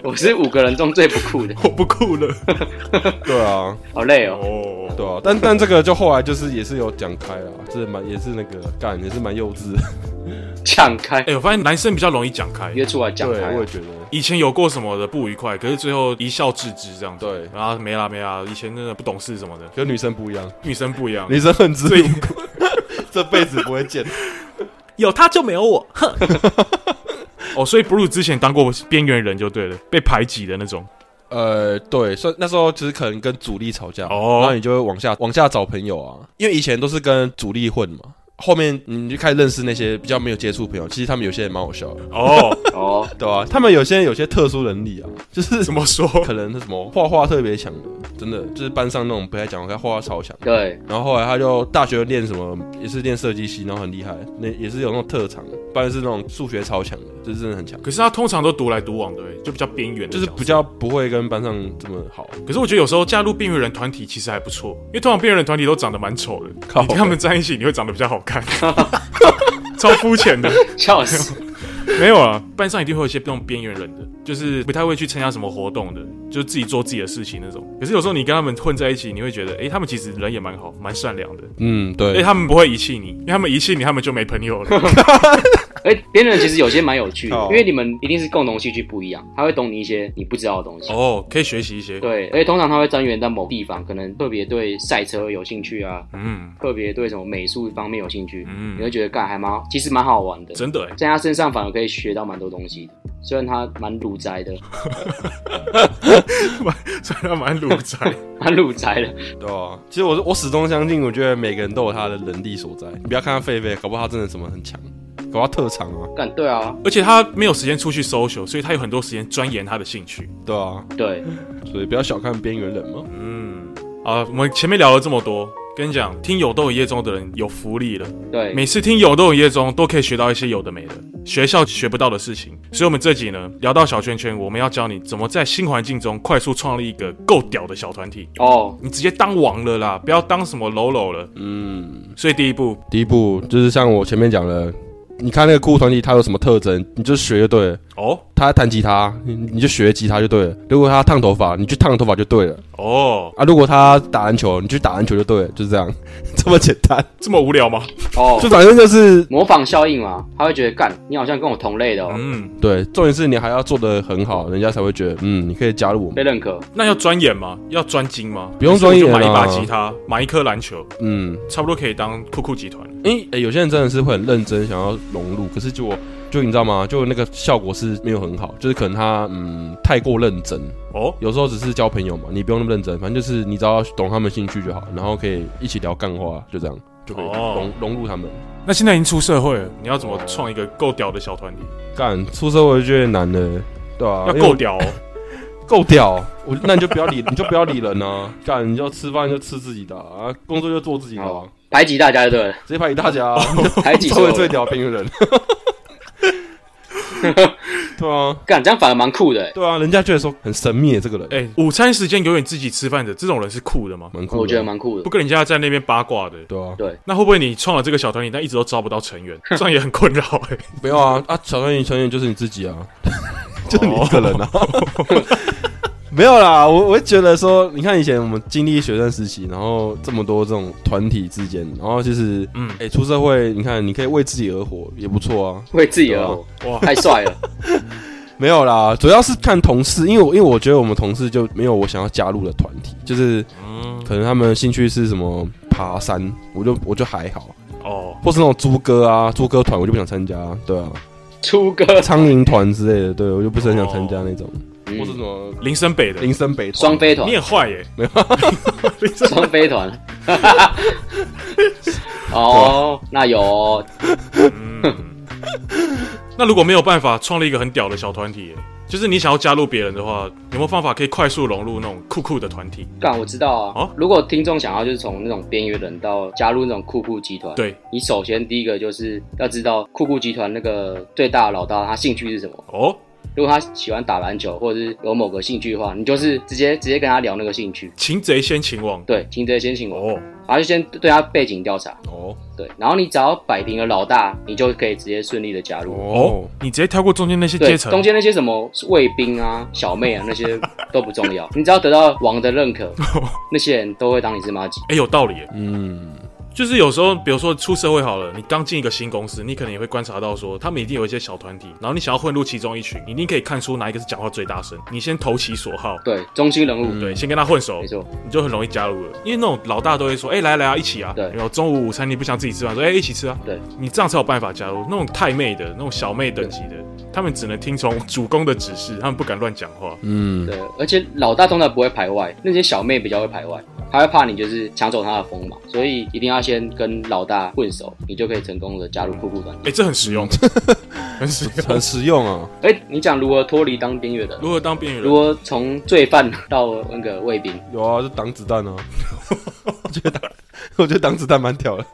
[SPEAKER 3] 我是五个人中最不酷的，
[SPEAKER 2] 我不酷了。
[SPEAKER 1] 对啊，
[SPEAKER 3] 好累哦。
[SPEAKER 2] 哦，
[SPEAKER 1] 对啊。但但这个就后来就是也是有讲开了，这蛮也是那个干也是蛮幼稚的。
[SPEAKER 3] 讲开
[SPEAKER 2] 哎、，我发现男生比较容易讲开。
[SPEAKER 3] 约出来讲
[SPEAKER 1] 对，
[SPEAKER 3] 开啊
[SPEAKER 1] 我，也觉得。
[SPEAKER 2] 以前有过什么的不愉快，可是最后一笑置之这样子。
[SPEAKER 1] 对
[SPEAKER 2] 然后没啦没啦，以前真的不懂事什么的，
[SPEAKER 1] 跟女生不一样，
[SPEAKER 2] 女生不 一样，
[SPEAKER 1] 女生恨之
[SPEAKER 2] 所以
[SPEAKER 1] 入骨， 这辈子不会见。
[SPEAKER 2] 有他就没有我，哼。 哦，所以 Blue 之前当过边缘人就对了，被排挤的那种。
[SPEAKER 1] 呃，对，所以那时候其实可能跟主力吵架，
[SPEAKER 2] 哦
[SPEAKER 1] 然后你就会往下往下找朋友啊，因为以前都是跟主力混嘛，后面你就开始认识那些比较没有接触朋友，其实他们有些人蛮好笑的，
[SPEAKER 2] 哦，
[SPEAKER 3] 哦，
[SPEAKER 1] 对啊？他们有些人有些特殊能力啊，就是
[SPEAKER 2] 怎么说？
[SPEAKER 1] 可能是什么画画特别强的，真的就是班上那种不太讲，他画画超强。
[SPEAKER 3] 对，
[SPEAKER 1] 然后后来他就大学练什么，也是练设计系，然后很厉害，那也是有那种特长，不然是那种数学超强的，就是真的很强，
[SPEAKER 2] 可是他通常都独来独往的，欸就比较边缘的
[SPEAKER 1] 就
[SPEAKER 2] 角
[SPEAKER 1] 是
[SPEAKER 2] 色，
[SPEAKER 1] 比较不会跟班上这么好。
[SPEAKER 2] 可是我觉得有时候加入边缘人团体其实还不错，因为通常边缘人团体都长得蛮丑的，
[SPEAKER 1] 靠
[SPEAKER 2] 你跟他们在一起你会长得比较好 看，超肤浅的。
[SPEAKER 3] 笑死，
[SPEAKER 2] 没有啊，班上一定会有一些那种边缘人的，就是不太会去参加什么活动的，就是自己做自己的事情那种。可是有时候你跟他们混在一起，你会觉得，诶，他们其实人也蛮好，蛮善良的，
[SPEAKER 1] 嗯，
[SPEAKER 2] 而且
[SPEAKER 1] 对，
[SPEAKER 2] 他们不会遗弃你，因为他们遗弃你，他们就没朋 友了。
[SPEAKER 3] 哎，别人其实有些蛮有趣的
[SPEAKER 1] 靠，
[SPEAKER 3] 因为你们一定是共同兴趣不一样，他会懂你一些你不知道的东西。
[SPEAKER 2] 哦，可以学习一些。
[SPEAKER 3] 对，而且通常他会专员在某地方，可能特别对赛车有兴趣啊，
[SPEAKER 2] 嗯
[SPEAKER 3] 特别对什么美术方面有兴趣，你
[SPEAKER 2] 嗯，
[SPEAKER 3] 会觉得干还蛮好，其实蛮好玩的，
[SPEAKER 2] 真的欸诶，
[SPEAKER 3] 在他身上反而可以学到蛮多东西的。虽然他蛮鲁宅的，
[SPEAKER 2] 虽然蛮鲁宅。
[SPEAKER 3] 蛮鲁宅的，
[SPEAKER 1] 对啊。其实我是我始终相信，我觉得每个人都有他的能力所在。你不要看他狒狒，搞不好他真的什么很强，搞不好他特长啊，
[SPEAKER 3] 干对啊，
[SPEAKER 2] 而且他没有时间出去 social，所以他有很多时间钻研他的兴趣。
[SPEAKER 1] 对啊。
[SPEAKER 3] 对，
[SPEAKER 1] 所以不要小看边缘人嘛。
[SPEAKER 2] 嗯，啊，我们前面聊了这么多，跟你讲，听有豆有夜中的人有福利了。
[SPEAKER 3] 对，
[SPEAKER 2] 每次听有豆有夜中，都可以学到一些有的没的，学校学不到的事情。所以，我们这集呢，聊到小圈圈，我们要教你怎么在新环境中快速创立一个够屌的小团体。
[SPEAKER 3] 哦，
[SPEAKER 2] 你直接当王了啦，不要当什么喽喽了。
[SPEAKER 1] 嗯，
[SPEAKER 2] 所以第一步，
[SPEAKER 1] 第一步就是像我前面讲的，你看那个酷团体它有什么特征，你就学就对了。
[SPEAKER 2] 哦，
[SPEAKER 1] 他弹吉他，你你就学吉他就对了；如果他烫头发，你去烫头发就对了
[SPEAKER 2] 哦，
[SPEAKER 1] 啊；如果他打篮球，你去打篮球就对了，就是这样， 这么简单。
[SPEAKER 2] 这么无聊吗？
[SPEAKER 3] 哦
[SPEAKER 1] 就，反正就是
[SPEAKER 3] 模仿效应嘛，他会觉得干，你好像跟我同类的哦，
[SPEAKER 2] 嗯，
[SPEAKER 1] 对，重点是你还要做的很好，人家才会觉得嗯，你可以加入我们。
[SPEAKER 3] 被认可。
[SPEAKER 2] 那要钻研吗？要专精吗？
[SPEAKER 1] 不用专研啊
[SPEAKER 2] 还是我就买一把吉他，买一颗篮球，
[SPEAKER 1] 嗯，
[SPEAKER 2] 差不多可以当酷酷集团。
[SPEAKER 1] 因为、欸有些人真的是会很认真想要融入，可是就我就你知道吗？就那个效果是没有很好，就是可能他嗯太过认真，
[SPEAKER 2] 哦，
[SPEAKER 1] 有时候只是交朋友嘛，你不用那么认真，反正就是你只要懂他们兴趣就好，然后可以一起聊干话，就这样就可以融、
[SPEAKER 2] 哦
[SPEAKER 1] 融入他们。
[SPEAKER 2] 那现在已经出社会了，你要怎么创一个够屌的小团体？
[SPEAKER 1] 干出社会就越难了，对啊，
[SPEAKER 2] 要
[SPEAKER 1] 因为
[SPEAKER 2] 够屌哦，
[SPEAKER 1] 够屌，我那你就不要理，你就不要理人啊！干，你要吃饭就吃自己的啊，工作就做自己的、啊
[SPEAKER 3] 哦，排挤大家就对 了，
[SPEAKER 1] 直接排挤大家、啊，
[SPEAKER 3] 排挤
[SPEAKER 1] 社
[SPEAKER 3] 所
[SPEAKER 1] 会
[SPEAKER 3] 有
[SPEAKER 1] 最
[SPEAKER 3] 人。
[SPEAKER 1] 屌的平衡人。对啊，
[SPEAKER 3] 干，这样反而蛮酷的欸，
[SPEAKER 1] 对啊，人家觉得说很神秘耶这个人，
[SPEAKER 2] 哎、午餐时间永远自己吃饭的这种人是酷的吗？
[SPEAKER 1] 蛮酷的。
[SPEAKER 3] 我觉得蛮酷
[SPEAKER 2] 不
[SPEAKER 3] 的。
[SPEAKER 2] 跟人家在那边八卦的。
[SPEAKER 1] 对啊，
[SPEAKER 2] 那会不会你创了这个小团体，但一直都招不到成 员，这样也很困扰哎、
[SPEAKER 1] 没有啊啊，小团员成员就是你自己啊，就是你一个人啊。没有啦，我我会觉得说，你看以前我们经历学生时期，然后这么多这种团体之间，然后其实，嗯
[SPEAKER 2] 嗯，
[SPEAKER 1] 哎、出社会，你看你可以为自己而活，也不错啊。
[SPEAKER 3] 为自己而活，
[SPEAKER 2] 哇，
[SPEAKER 3] 太帅了。
[SPEAKER 1] 没有啦，主要是看同事，因为我因为我觉得我们同事就没有我想要加入的团体，就是
[SPEAKER 2] 嗯，
[SPEAKER 1] 可能他们兴趣是什么爬山，我就我就还好，
[SPEAKER 2] 哦，
[SPEAKER 1] 或是那种猪哥啊、猪哥团，我就不想参加，对啊。
[SPEAKER 3] 出歌，
[SPEAKER 1] 苍蝇团之类的，对我就不是很想参加那种，
[SPEAKER 3] 嗯
[SPEAKER 1] 或是什么
[SPEAKER 2] 林森北的，
[SPEAKER 1] 林森北团
[SPEAKER 3] 双飞团
[SPEAKER 2] 你，也 坏耶、
[SPEAKER 3] 双飞团。哦，
[SPEAKER 2] 啊
[SPEAKER 3] 那有哦
[SPEAKER 2] 嗯，那如果没有办法创立一个很屌的小团体耶、就是你想要加入别人的话，有没有方法可以快速融入那种酷酷的团体？
[SPEAKER 3] 干，我知道啊。
[SPEAKER 2] 哦
[SPEAKER 3] 如果听众想要就是从那种边缘人到加入那种酷酷集团，
[SPEAKER 2] 对，
[SPEAKER 3] 你首先第一个就是要知道酷酷集团那个最大的老大他兴趣是什么。
[SPEAKER 2] 哦，
[SPEAKER 3] 如果他喜欢打篮球，或者是有某个兴趣的话，你就是直接直接跟他聊那个兴趣。
[SPEAKER 2] 擒贼先擒王。
[SPEAKER 3] 对，听这些先请我，
[SPEAKER 2] 哦，
[SPEAKER 3] 然后就先对他背景调查，
[SPEAKER 1] 哦
[SPEAKER 3] 对，然后你只要摆平了老大，你就可以直接顺利的加入。
[SPEAKER 1] 哦
[SPEAKER 2] 哦，你直接跳过中间那些
[SPEAKER 3] 对，
[SPEAKER 2] 阶层，
[SPEAKER 3] 中间那些什么卫兵啊、小妹啊那些都不重要，你只要得到王的认可，那些人都会当你是妈吉。
[SPEAKER 2] 哎、有道理耶。
[SPEAKER 1] 嗯，
[SPEAKER 2] 就是有时候，比如说出社会好了，你刚进一个新公司，你可能也会观察到说，他们一定有一些小团体，然后你想要混入其中一群，你一定可以看出哪一个是讲话最大声，你先投其所好，
[SPEAKER 3] 对，中心人物，
[SPEAKER 2] 对，先跟他混熟
[SPEAKER 3] 嗯没，错，
[SPEAKER 2] 你就很容易加入了。因为那种老大都会说，哎、来啊来啊，一起啊，
[SPEAKER 3] 对
[SPEAKER 2] 然后中午午餐你不想自己吃饭，说，哎、一起吃啊，
[SPEAKER 3] 对，
[SPEAKER 2] 你这样才有办法加入。那种太妹的、那种小妹等级的，他们只能听从主公的指示，他们不敢乱讲话。
[SPEAKER 1] 嗯，
[SPEAKER 3] 对，而且老大通常不会排外，那些小妹比较会排外，她会怕你就是抢走她的锋芒，所以一定要先跟老大混熟，你就可以成功的加入酷酷团。
[SPEAKER 2] 哎、这很实用，很实用
[SPEAKER 1] 很。实用啊，
[SPEAKER 3] 哎、你讲如何脱离当边缘人，
[SPEAKER 2] 如何当边缘
[SPEAKER 3] 如
[SPEAKER 2] 人？
[SPEAKER 3] 何从罪犯到那个卫兵，
[SPEAKER 1] 有啊，就挡子弹啊， 我觉得挡，我觉得挡子弹蛮屌的。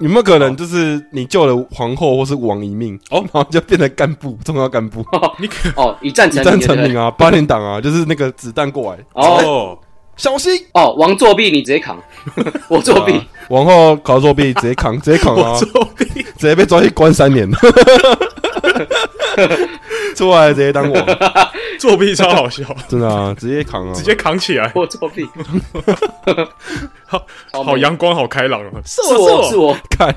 [SPEAKER 1] 有没有可能就是你救了皇后或是王一命，哦，然后就变成干部，重要干部，
[SPEAKER 2] 你可
[SPEAKER 3] 哦，一战
[SPEAKER 1] 一
[SPEAKER 3] 成
[SPEAKER 1] 战
[SPEAKER 3] 名就
[SPEAKER 1] 成
[SPEAKER 3] 对
[SPEAKER 1] 名
[SPEAKER 3] 了。
[SPEAKER 1] 啊，八连党啊，就是那个子弹过来，
[SPEAKER 3] 哦
[SPEAKER 2] 哦，
[SPEAKER 1] 小心
[SPEAKER 3] 哦，王作弊你直接扛， 我作弊，
[SPEAKER 1] 啊王后搞作弊，直接 扛，直接扛啊
[SPEAKER 2] 我，作弊，
[SPEAKER 1] 直接被抓去关三年， 出来直接当王，
[SPEAKER 2] 作弊超好笑，
[SPEAKER 1] 真的啊，直接扛啊，
[SPEAKER 2] 直接扛起来，
[SPEAKER 3] 我作弊，
[SPEAKER 2] 好
[SPEAKER 3] 超美
[SPEAKER 2] 好阳光，好开朗哦。
[SPEAKER 3] 是我是我，
[SPEAKER 1] 看，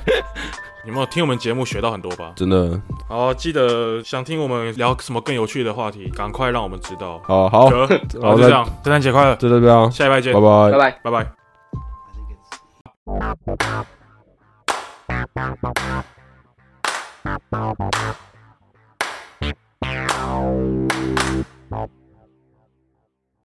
[SPEAKER 2] 有没有听我们节目学到很多吧？
[SPEAKER 1] 真的，
[SPEAKER 2] 好，记得想听我们聊什么更有趣的话题，赶快让我们知道。
[SPEAKER 1] 好好，
[SPEAKER 2] 得，
[SPEAKER 1] 好
[SPEAKER 2] 好，就这样，圣诞节快乐，
[SPEAKER 1] 就这边啊，
[SPEAKER 2] 下礼拜见，
[SPEAKER 1] 拜
[SPEAKER 3] 拜
[SPEAKER 1] 拜。
[SPEAKER 3] 拜。
[SPEAKER 2] 拜拜。